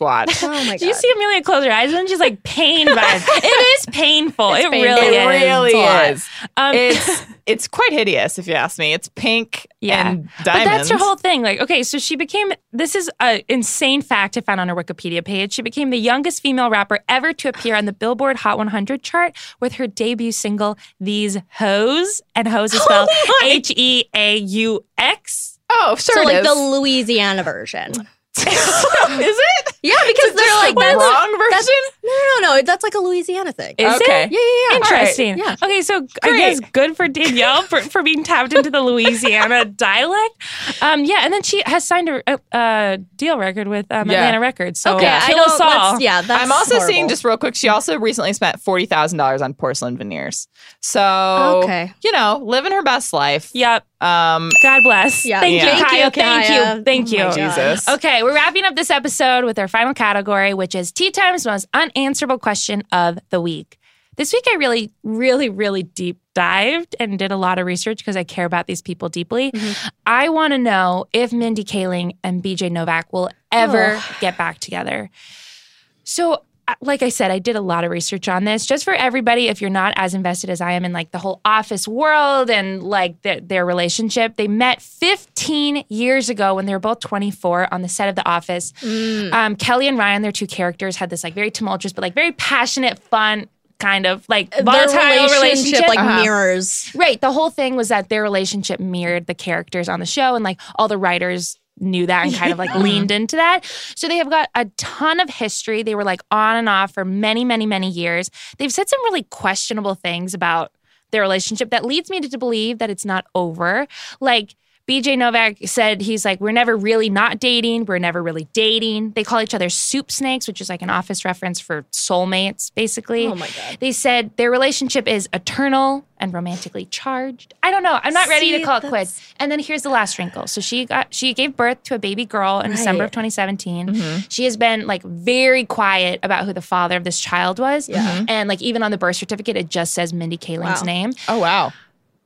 [SPEAKER 4] [laughs]
[SPEAKER 2] watch.
[SPEAKER 3] Oh my god.
[SPEAKER 4] Did you see Amelia close her eyes and she's like pained by it? It is painful. it
[SPEAKER 3] painful.
[SPEAKER 4] really
[SPEAKER 2] it
[SPEAKER 4] is.
[SPEAKER 2] really
[SPEAKER 3] It's
[SPEAKER 2] is.
[SPEAKER 4] Um,
[SPEAKER 2] It's it's quite hideous if you ask me. It's pink
[SPEAKER 4] Yeah.
[SPEAKER 2] and diamonds.
[SPEAKER 4] But that's her whole thing. Like, okay, so she became this is an insane fact I found on her Wikipedia page. She became the youngest female rapper ever to appear on the Billboard Hot 100 chart with her debut single "These Hoes," and hoes is spelled H E A U X.
[SPEAKER 2] Oh, sure
[SPEAKER 3] So
[SPEAKER 2] it
[SPEAKER 3] like
[SPEAKER 2] is.
[SPEAKER 3] the Louisiana
[SPEAKER 4] [laughs]
[SPEAKER 3] version.
[SPEAKER 2] is [laughs] it?
[SPEAKER 3] Yeah, because they're like
[SPEAKER 2] the
[SPEAKER 3] that's-
[SPEAKER 2] wrong
[SPEAKER 3] that's-
[SPEAKER 2] version?
[SPEAKER 3] No, no, no. That's like a Louisiana thing.
[SPEAKER 4] Is it?
[SPEAKER 2] Okay.
[SPEAKER 3] yeah, yeah, yeah.
[SPEAKER 4] Interesting.
[SPEAKER 3] All right,
[SPEAKER 4] Okay, so I guess good for Danielle for, for being tapped into the
[SPEAKER 3] [laughs]
[SPEAKER 4] Louisiana dialect. Um, yeah, and then she has signed a, a, a deal record with um,
[SPEAKER 2] Yeah.
[SPEAKER 4] Atlanta Records. So
[SPEAKER 3] Okay, I
[SPEAKER 4] kill
[SPEAKER 3] don't.
[SPEAKER 4] us all.
[SPEAKER 3] let's- Yeah, that's
[SPEAKER 2] I'm also
[SPEAKER 3] horrible.
[SPEAKER 2] seeing just real quick. She also recently spent forty thousand dollars on porcelain veneers. So
[SPEAKER 3] Okay.
[SPEAKER 2] you know, living her best life.
[SPEAKER 4] Yep.
[SPEAKER 2] Um.
[SPEAKER 4] God bless.
[SPEAKER 3] Yeah.
[SPEAKER 4] Thank
[SPEAKER 2] Yeah.
[SPEAKER 4] you,
[SPEAKER 3] Thank
[SPEAKER 4] Kyle.
[SPEAKER 3] you,
[SPEAKER 4] Thank
[SPEAKER 3] Kaya.
[SPEAKER 4] you. Thank
[SPEAKER 3] Oh my
[SPEAKER 4] you.
[SPEAKER 3] God.
[SPEAKER 2] Jesus.
[SPEAKER 4] Okay, we're wrapping up this episode with our final category, which is Tea Time's most unanswerable question of the week. This week, I really, really, really deep dived and did a lot of research because I care about these people deeply. I want to know if Mindy Kaling and BJ Novak will ever get back together. So, uh, like I said, I did a lot of research on this. Just for everybody, if you're not as invested as I am in like the whole office world and like their, their relationship, they met 15 years ago when they were both 24 on the set of The Office.
[SPEAKER 3] Mm.
[SPEAKER 4] Um, Kelly and Ryan, their two characters, had this like very tumultuous but like very passionate, fun kind of like
[SPEAKER 3] Uh, Their
[SPEAKER 4] volatile relationship.
[SPEAKER 3] like
[SPEAKER 2] Uh-huh.
[SPEAKER 3] mirrors.
[SPEAKER 4] Right. The whole thing was that their relationship mirrored the characters on the show, and like all the writers knew that and kind of like leaned into that. So they have got a ton of history. They were like on and off for many, many, many years. They've said some really questionable things about their relationship that leads me to, to believe that it's not over. Like, BJ Novak said he's like, we're never really not dating. We're never really dating. They call each other soup snakes, which is like an office reference for soulmates, basically.
[SPEAKER 3] Oh my god.
[SPEAKER 4] They said their relationship is eternal and romantically charged. I don't know. I'm not ready to
[SPEAKER 3] See,
[SPEAKER 4] call it
[SPEAKER 3] that's-
[SPEAKER 4] quits. And then here's the last wrinkle. So she got she gave birth to a baby girl in December of 2017.
[SPEAKER 3] Mm-hmm.
[SPEAKER 4] She has been like very quiet about who the father of this child was.
[SPEAKER 3] Mm-hmm.
[SPEAKER 4] And like even on the birth certificate, it just says Mindy Kaling's
[SPEAKER 3] Wow.
[SPEAKER 4] name.
[SPEAKER 2] Oh wow.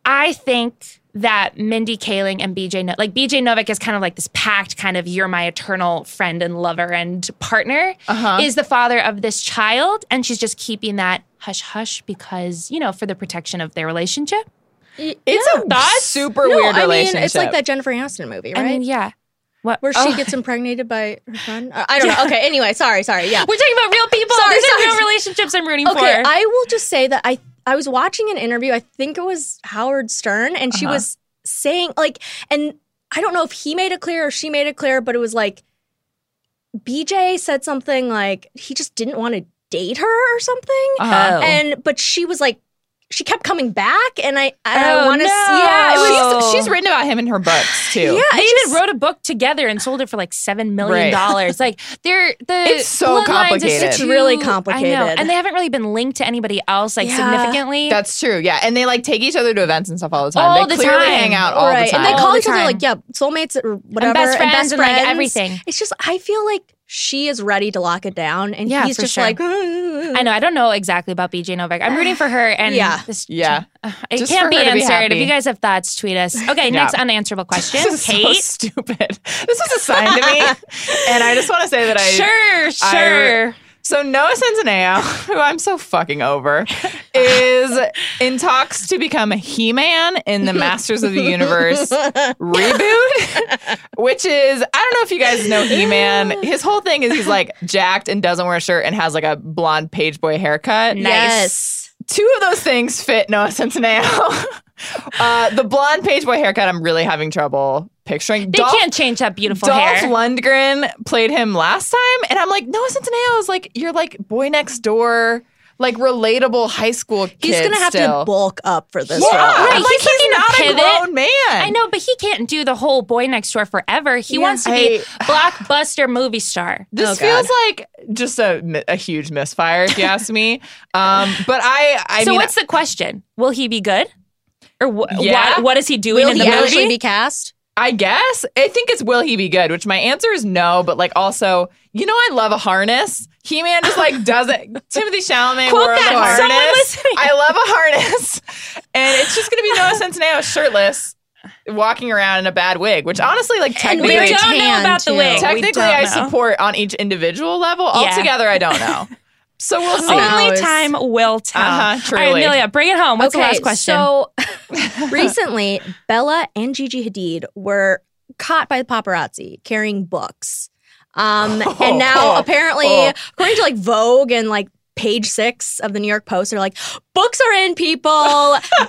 [SPEAKER 4] I think that Mindy Kaling and BJ no- like BJ Novak is kind of like this pact kind of you're my eternal friend and lover and partner
[SPEAKER 2] Uh-huh.
[SPEAKER 4] is the father of this child and she's just keeping that hush hush because you know for the protection of their relationship.
[SPEAKER 2] It's a
[SPEAKER 4] Thoughts?
[SPEAKER 2] super
[SPEAKER 3] no,
[SPEAKER 2] weird
[SPEAKER 3] I
[SPEAKER 2] relationship.
[SPEAKER 3] mean, it's like that Jennifer Aniston movie, right?
[SPEAKER 4] I mean, yeah. What
[SPEAKER 3] Where she
[SPEAKER 4] oh.
[SPEAKER 3] gets impregnated by her friend. Uh, I I don't know. Okay, anyway, sorry, sorry. Yeah.
[SPEAKER 4] [laughs] We're talking about real people.
[SPEAKER 3] Sorry,
[SPEAKER 4] These
[SPEAKER 3] sorry,
[SPEAKER 4] are real
[SPEAKER 3] sorry.
[SPEAKER 4] relationships I'm rooting for.
[SPEAKER 3] Okay, I will just say that I I was watching an interview. I think it was Howard Stern, and she
[SPEAKER 2] Uh-huh.
[SPEAKER 3] was saying like, and I don't know if he made it clear or she made it clear, but it was like BJ said something like he just didn't want to date her or something,
[SPEAKER 4] Oh.
[SPEAKER 2] Uh-huh.
[SPEAKER 3] and but she was like. She kept coming back, and I I
[SPEAKER 4] Oh,
[SPEAKER 3] want to
[SPEAKER 4] no.
[SPEAKER 3] see. Yeah, it was,
[SPEAKER 2] She's, she's written about him in her books too.
[SPEAKER 3] yeah.
[SPEAKER 4] they
[SPEAKER 3] it
[SPEAKER 4] even
[SPEAKER 3] just-
[SPEAKER 4] wrote a book together and sold it for like seven million
[SPEAKER 2] Right.
[SPEAKER 3] [laughs]
[SPEAKER 4] dollars. Like they're the
[SPEAKER 2] It's so
[SPEAKER 4] bloodlines are
[SPEAKER 2] complicated.
[SPEAKER 4] such
[SPEAKER 2] It's
[SPEAKER 4] I
[SPEAKER 3] really
[SPEAKER 4] know.
[SPEAKER 3] complicated.
[SPEAKER 4] and they haven't really been linked to anybody else like
[SPEAKER 3] Yeah.
[SPEAKER 4] significantly.
[SPEAKER 2] That's true. Yeah, and they like take each other to events and stuff all the time.
[SPEAKER 4] All
[SPEAKER 2] they
[SPEAKER 4] the
[SPEAKER 2] clearly
[SPEAKER 4] time.
[SPEAKER 2] hang out all
[SPEAKER 3] right,
[SPEAKER 2] the time.
[SPEAKER 3] and they
[SPEAKER 4] All
[SPEAKER 3] call
[SPEAKER 4] the
[SPEAKER 3] each other
[SPEAKER 4] time.
[SPEAKER 3] like, yeah, soulmates or whatever,
[SPEAKER 4] and best friends and,
[SPEAKER 3] best
[SPEAKER 4] like
[SPEAKER 3] friends.
[SPEAKER 4] everything.
[SPEAKER 3] It's just I feel like she is ready to lock it down, and
[SPEAKER 4] Yeah,
[SPEAKER 3] he's
[SPEAKER 4] for
[SPEAKER 3] just
[SPEAKER 4] sure.
[SPEAKER 3] like, "Mm."
[SPEAKER 4] I know. I don't know exactly about BJ Novak. I'm rooting for her. And
[SPEAKER 3] Yeah.
[SPEAKER 4] this,
[SPEAKER 2] Yeah.
[SPEAKER 4] uh, it
[SPEAKER 2] Just
[SPEAKER 4] can't
[SPEAKER 2] for
[SPEAKER 4] be
[SPEAKER 2] her to be
[SPEAKER 4] answered.
[SPEAKER 2] happy.
[SPEAKER 4] if you guys have thoughts, tweet us. Okay, next unanswerable question.
[SPEAKER 3] [laughs]
[SPEAKER 2] This is so
[SPEAKER 4] Kate,
[SPEAKER 2] stupid. [laughs] This was assigned to me, and I just want to say that I
[SPEAKER 4] sure,
[SPEAKER 2] I-
[SPEAKER 4] sure.
[SPEAKER 2] So Noah Centineo, [laughs] who I'm so fucking over, is in talks to become He-Man in the Masters of
[SPEAKER 4] [laughs]
[SPEAKER 2] the Universe reboot, which is I don't know if you guys know He-Man. His whole thing is he's like jacked and doesn't wear a shirt and has like a blonde page boy haircut.
[SPEAKER 3] yes.
[SPEAKER 2] Two of those things fit Noah Centineo. [laughs] uh, the blonde page boy haircut, I'm really having trouble picturing.
[SPEAKER 4] They can't change that beautiful
[SPEAKER 2] Dolph
[SPEAKER 4] hair.
[SPEAKER 2] Lundgren played him last time, and I'm like, Noah Centineo is like you're like boy next door, like relatable high school kid.
[SPEAKER 3] He's gonna have
[SPEAKER 2] still.
[SPEAKER 3] to bulk up for this.
[SPEAKER 2] Yeah,
[SPEAKER 3] role.
[SPEAKER 4] Right,
[SPEAKER 2] like
[SPEAKER 4] he's
[SPEAKER 2] he's,
[SPEAKER 4] looking to
[SPEAKER 2] not a
[SPEAKER 4] pivot.
[SPEAKER 2] grown man.
[SPEAKER 4] I know, but he can't do the whole boy next door forever. He
[SPEAKER 3] Yeah.
[SPEAKER 4] wants to be [sighs] blockbuster movie star.
[SPEAKER 2] This
[SPEAKER 3] Oh,
[SPEAKER 2] feels like just a, mi- a huge misfire, if you ask me. Um, but I, I [laughs]
[SPEAKER 4] so
[SPEAKER 2] mean,
[SPEAKER 4] what's the question? Will he be good? Or wh-
[SPEAKER 2] Yeah.
[SPEAKER 4] what, what is he doing
[SPEAKER 3] Will
[SPEAKER 4] in
[SPEAKER 3] he
[SPEAKER 4] the
[SPEAKER 3] actually
[SPEAKER 4] movie?
[SPEAKER 3] be cast?
[SPEAKER 2] I guess I think it's will he be good, which my answer is no. But like also, you know, I love a harness. He Man
[SPEAKER 4] [laughs]
[SPEAKER 2] just like doesn't. Timothy Chalamet
[SPEAKER 4] Quote
[SPEAKER 2] wore
[SPEAKER 4] that.
[SPEAKER 2] a harness.
[SPEAKER 4] Someone listening.
[SPEAKER 2] I love a harness, and it's just gonna be Noah Centineo shirtless, walking around in a bad wig. Which honestly, like
[SPEAKER 3] And
[SPEAKER 2] technically,
[SPEAKER 4] we
[SPEAKER 3] very
[SPEAKER 4] don't know
[SPEAKER 3] tan,
[SPEAKER 4] about the
[SPEAKER 3] too.
[SPEAKER 4] wig.
[SPEAKER 3] Tech-
[SPEAKER 4] We
[SPEAKER 2] technically,
[SPEAKER 4] don't
[SPEAKER 2] I
[SPEAKER 4] know.
[SPEAKER 2] support on each individual level.
[SPEAKER 4] Yeah.
[SPEAKER 2] Altogether, I don't know. So we'll see.
[SPEAKER 3] Oh,
[SPEAKER 4] Only
[SPEAKER 3] it's-
[SPEAKER 4] time will tell.
[SPEAKER 2] Uh-huh,
[SPEAKER 4] All right,
[SPEAKER 2] truly.
[SPEAKER 4] Amelia, bring it home. What's
[SPEAKER 3] okay,
[SPEAKER 4] the last question?
[SPEAKER 3] so
[SPEAKER 4] [laughs]
[SPEAKER 3] recently, Bella and Gigi Hadid were caught by the paparazzi carrying books,
[SPEAKER 4] [laughs]
[SPEAKER 3] um, and now
[SPEAKER 2] Oh,
[SPEAKER 3] apparently,
[SPEAKER 2] oh.
[SPEAKER 3] according to like Vogue and like. Page six of the New York Post are like, books are
[SPEAKER 4] [laughs]
[SPEAKER 3] in people.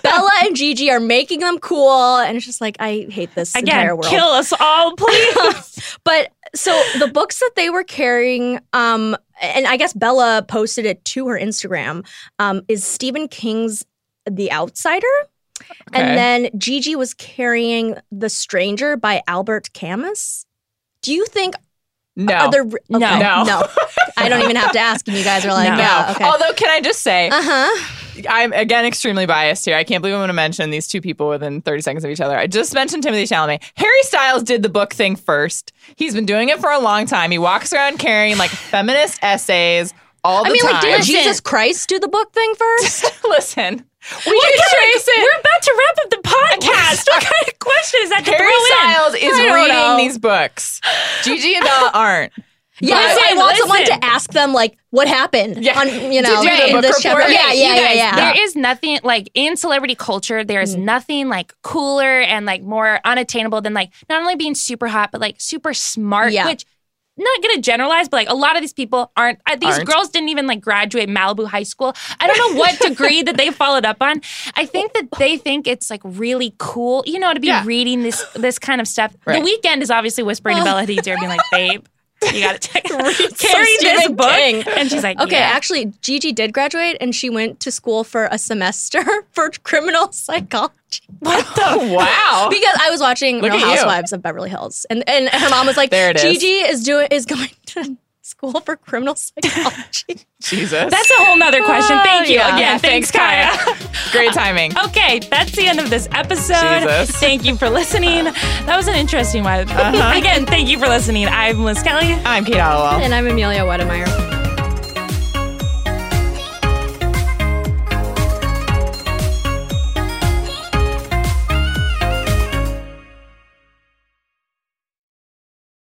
[SPEAKER 3] Bella and Gigi are making them cool. And it's just like, I hate this
[SPEAKER 4] Again,
[SPEAKER 3] entire world.
[SPEAKER 4] kill us
[SPEAKER 2] [laughs]
[SPEAKER 4] all, please.
[SPEAKER 3] But so the books that they were carrying, um, and I guess Bella posted it to her Instagram, um, is Stephen King's The Outsider.
[SPEAKER 2] Okay.
[SPEAKER 3] And then Gigi was carrying The Stranger by Albert Camus. Do you think
[SPEAKER 2] no.
[SPEAKER 3] other. Okay,
[SPEAKER 4] No.
[SPEAKER 2] No.
[SPEAKER 3] [laughs] I don't even have to ask. And you guys are like,
[SPEAKER 4] No.
[SPEAKER 3] yeah, okay.
[SPEAKER 2] Although, can I just say,
[SPEAKER 3] uh huh.
[SPEAKER 2] I'm again extremely biased here. I can't believe I'm going to mention these two people within 30 seconds of each other. I just mentioned Timothy Chalamet. Harry Styles did the book thing first. He's been doing it for a long time. He walks around carrying like feminist essays all the
[SPEAKER 3] I mean,
[SPEAKER 2] time.
[SPEAKER 3] like, didn't
[SPEAKER 4] Listen.
[SPEAKER 3] Jesus Christ do the book thing first?
[SPEAKER 2] [laughs] listen? We can trace it.
[SPEAKER 4] We're about to wrap up the podcast. what kind of question is that to
[SPEAKER 2] Harry
[SPEAKER 4] throw in?
[SPEAKER 2] Styles is
[SPEAKER 3] I don't
[SPEAKER 2] reading
[SPEAKER 3] know.
[SPEAKER 2] these books. Gigi and Bella
[SPEAKER 3] [laughs]
[SPEAKER 2] aren't.
[SPEAKER 3] Yeah,
[SPEAKER 4] Listen,
[SPEAKER 3] I want someone
[SPEAKER 4] listen.
[SPEAKER 3] to ask them like what happened.
[SPEAKER 2] Yeah.
[SPEAKER 3] On, you
[SPEAKER 2] Did
[SPEAKER 3] know,
[SPEAKER 2] you do the
[SPEAKER 3] in
[SPEAKER 2] book
[SPEAKER 3] this
[SPEAKER 2] report?
[SPEAKER 3] chapter. Yeah,
[SPEAKER 2] Okay,
[SPEAKER 3] yeah,
[SPEAKER 4] you
[SPEAKER 3] yeah,
[SPEAKER 4] guys,
[SPEAKER 3] yeah. Mm.
[SPEAKER 4] There is nothing like in celebrity culture, there is nothing like cooler and like more unattainable than like not only being super hot, but like super smart,
[SPEAKER 3] Yeah.
[SPEAKER 4] which not gonna generalize, but like a lot of these people aren't, uh, these
[SPEAKER 2] Aren't.
[SPEAKER 4] girls didn't even like graduate Malibu High School. I don't know what degree that they followed up on. I think that they think it's like really cool, you know, to be
[SPEAKER 2] Yeah.
[SPEAKER 4] reading this this kind of stuff. The
[SPEAKER 2] Right.
[SPEAKER 4] weekend is obviously whispering to Bella Hadid's ear, being like, babe, you gotta check [laughs] carry
[SPEAKER 3] Some
[SPEAKER 4] this
[SPEAKER 3] Stephen
[SPEAKER 4] book.
[SPEAKER 2] [laughs]
[SPEAKER 3] King.
[SPEAKER 4] And she's like,
[SPEAKER 3] Okay,
[SPEAKER 4] yeah.
[SPEAKER 3] actually, Gigi did graduate, and she went to school for a semester [laughs] for criminal psychology.
[SPEAKER 2] What the [laughs]
[SPEAKER 3] [laughs]
[SPEAKER 2] wow?
[SPEAKER 3] Because I was watching
[SPEAKER 2] Look
[SPEAKER 3] Real
[SPEAKER 2] at you.
[SPEAKER 3] Housewives of Beverly Hills, and and her mom was like,
[SPEAKER 2] There it is.
[SPEAKER 3] Gigi is doing is going [laughs] to school for criminal psychology." [laughs]
[SPEAKER 2] Jesus.
[SPEAKER 4] That's a whole nother question. Thank you
[SPEAKER 2] Ah, yeah.
[SPEAKER 4] again.
[SPEAKER 2] Yeah,
[SPEAKER 4] thanks,
[SPEAKER 2] thanks,
[SPEAKER 4] Kaya.
[SPEAKER 2] [laughs] Great timing.
[SPEAKER 3] [laughs]
[SPEAKER 4] okay, that's the end of this episode.
[SPEAKER 2] Jesus.
[SPEAKER 4] Thank you for listening. That was an
[SPEAKER 2] Uh-huh.
[SPEAKER 4] interesting one. Again, thank you for listening. I'm Liz Kelly.
[SPEAKER 2] I'm Kate Allowell.
[SPEAKER 3] and I'm Amelia Wedemeyer.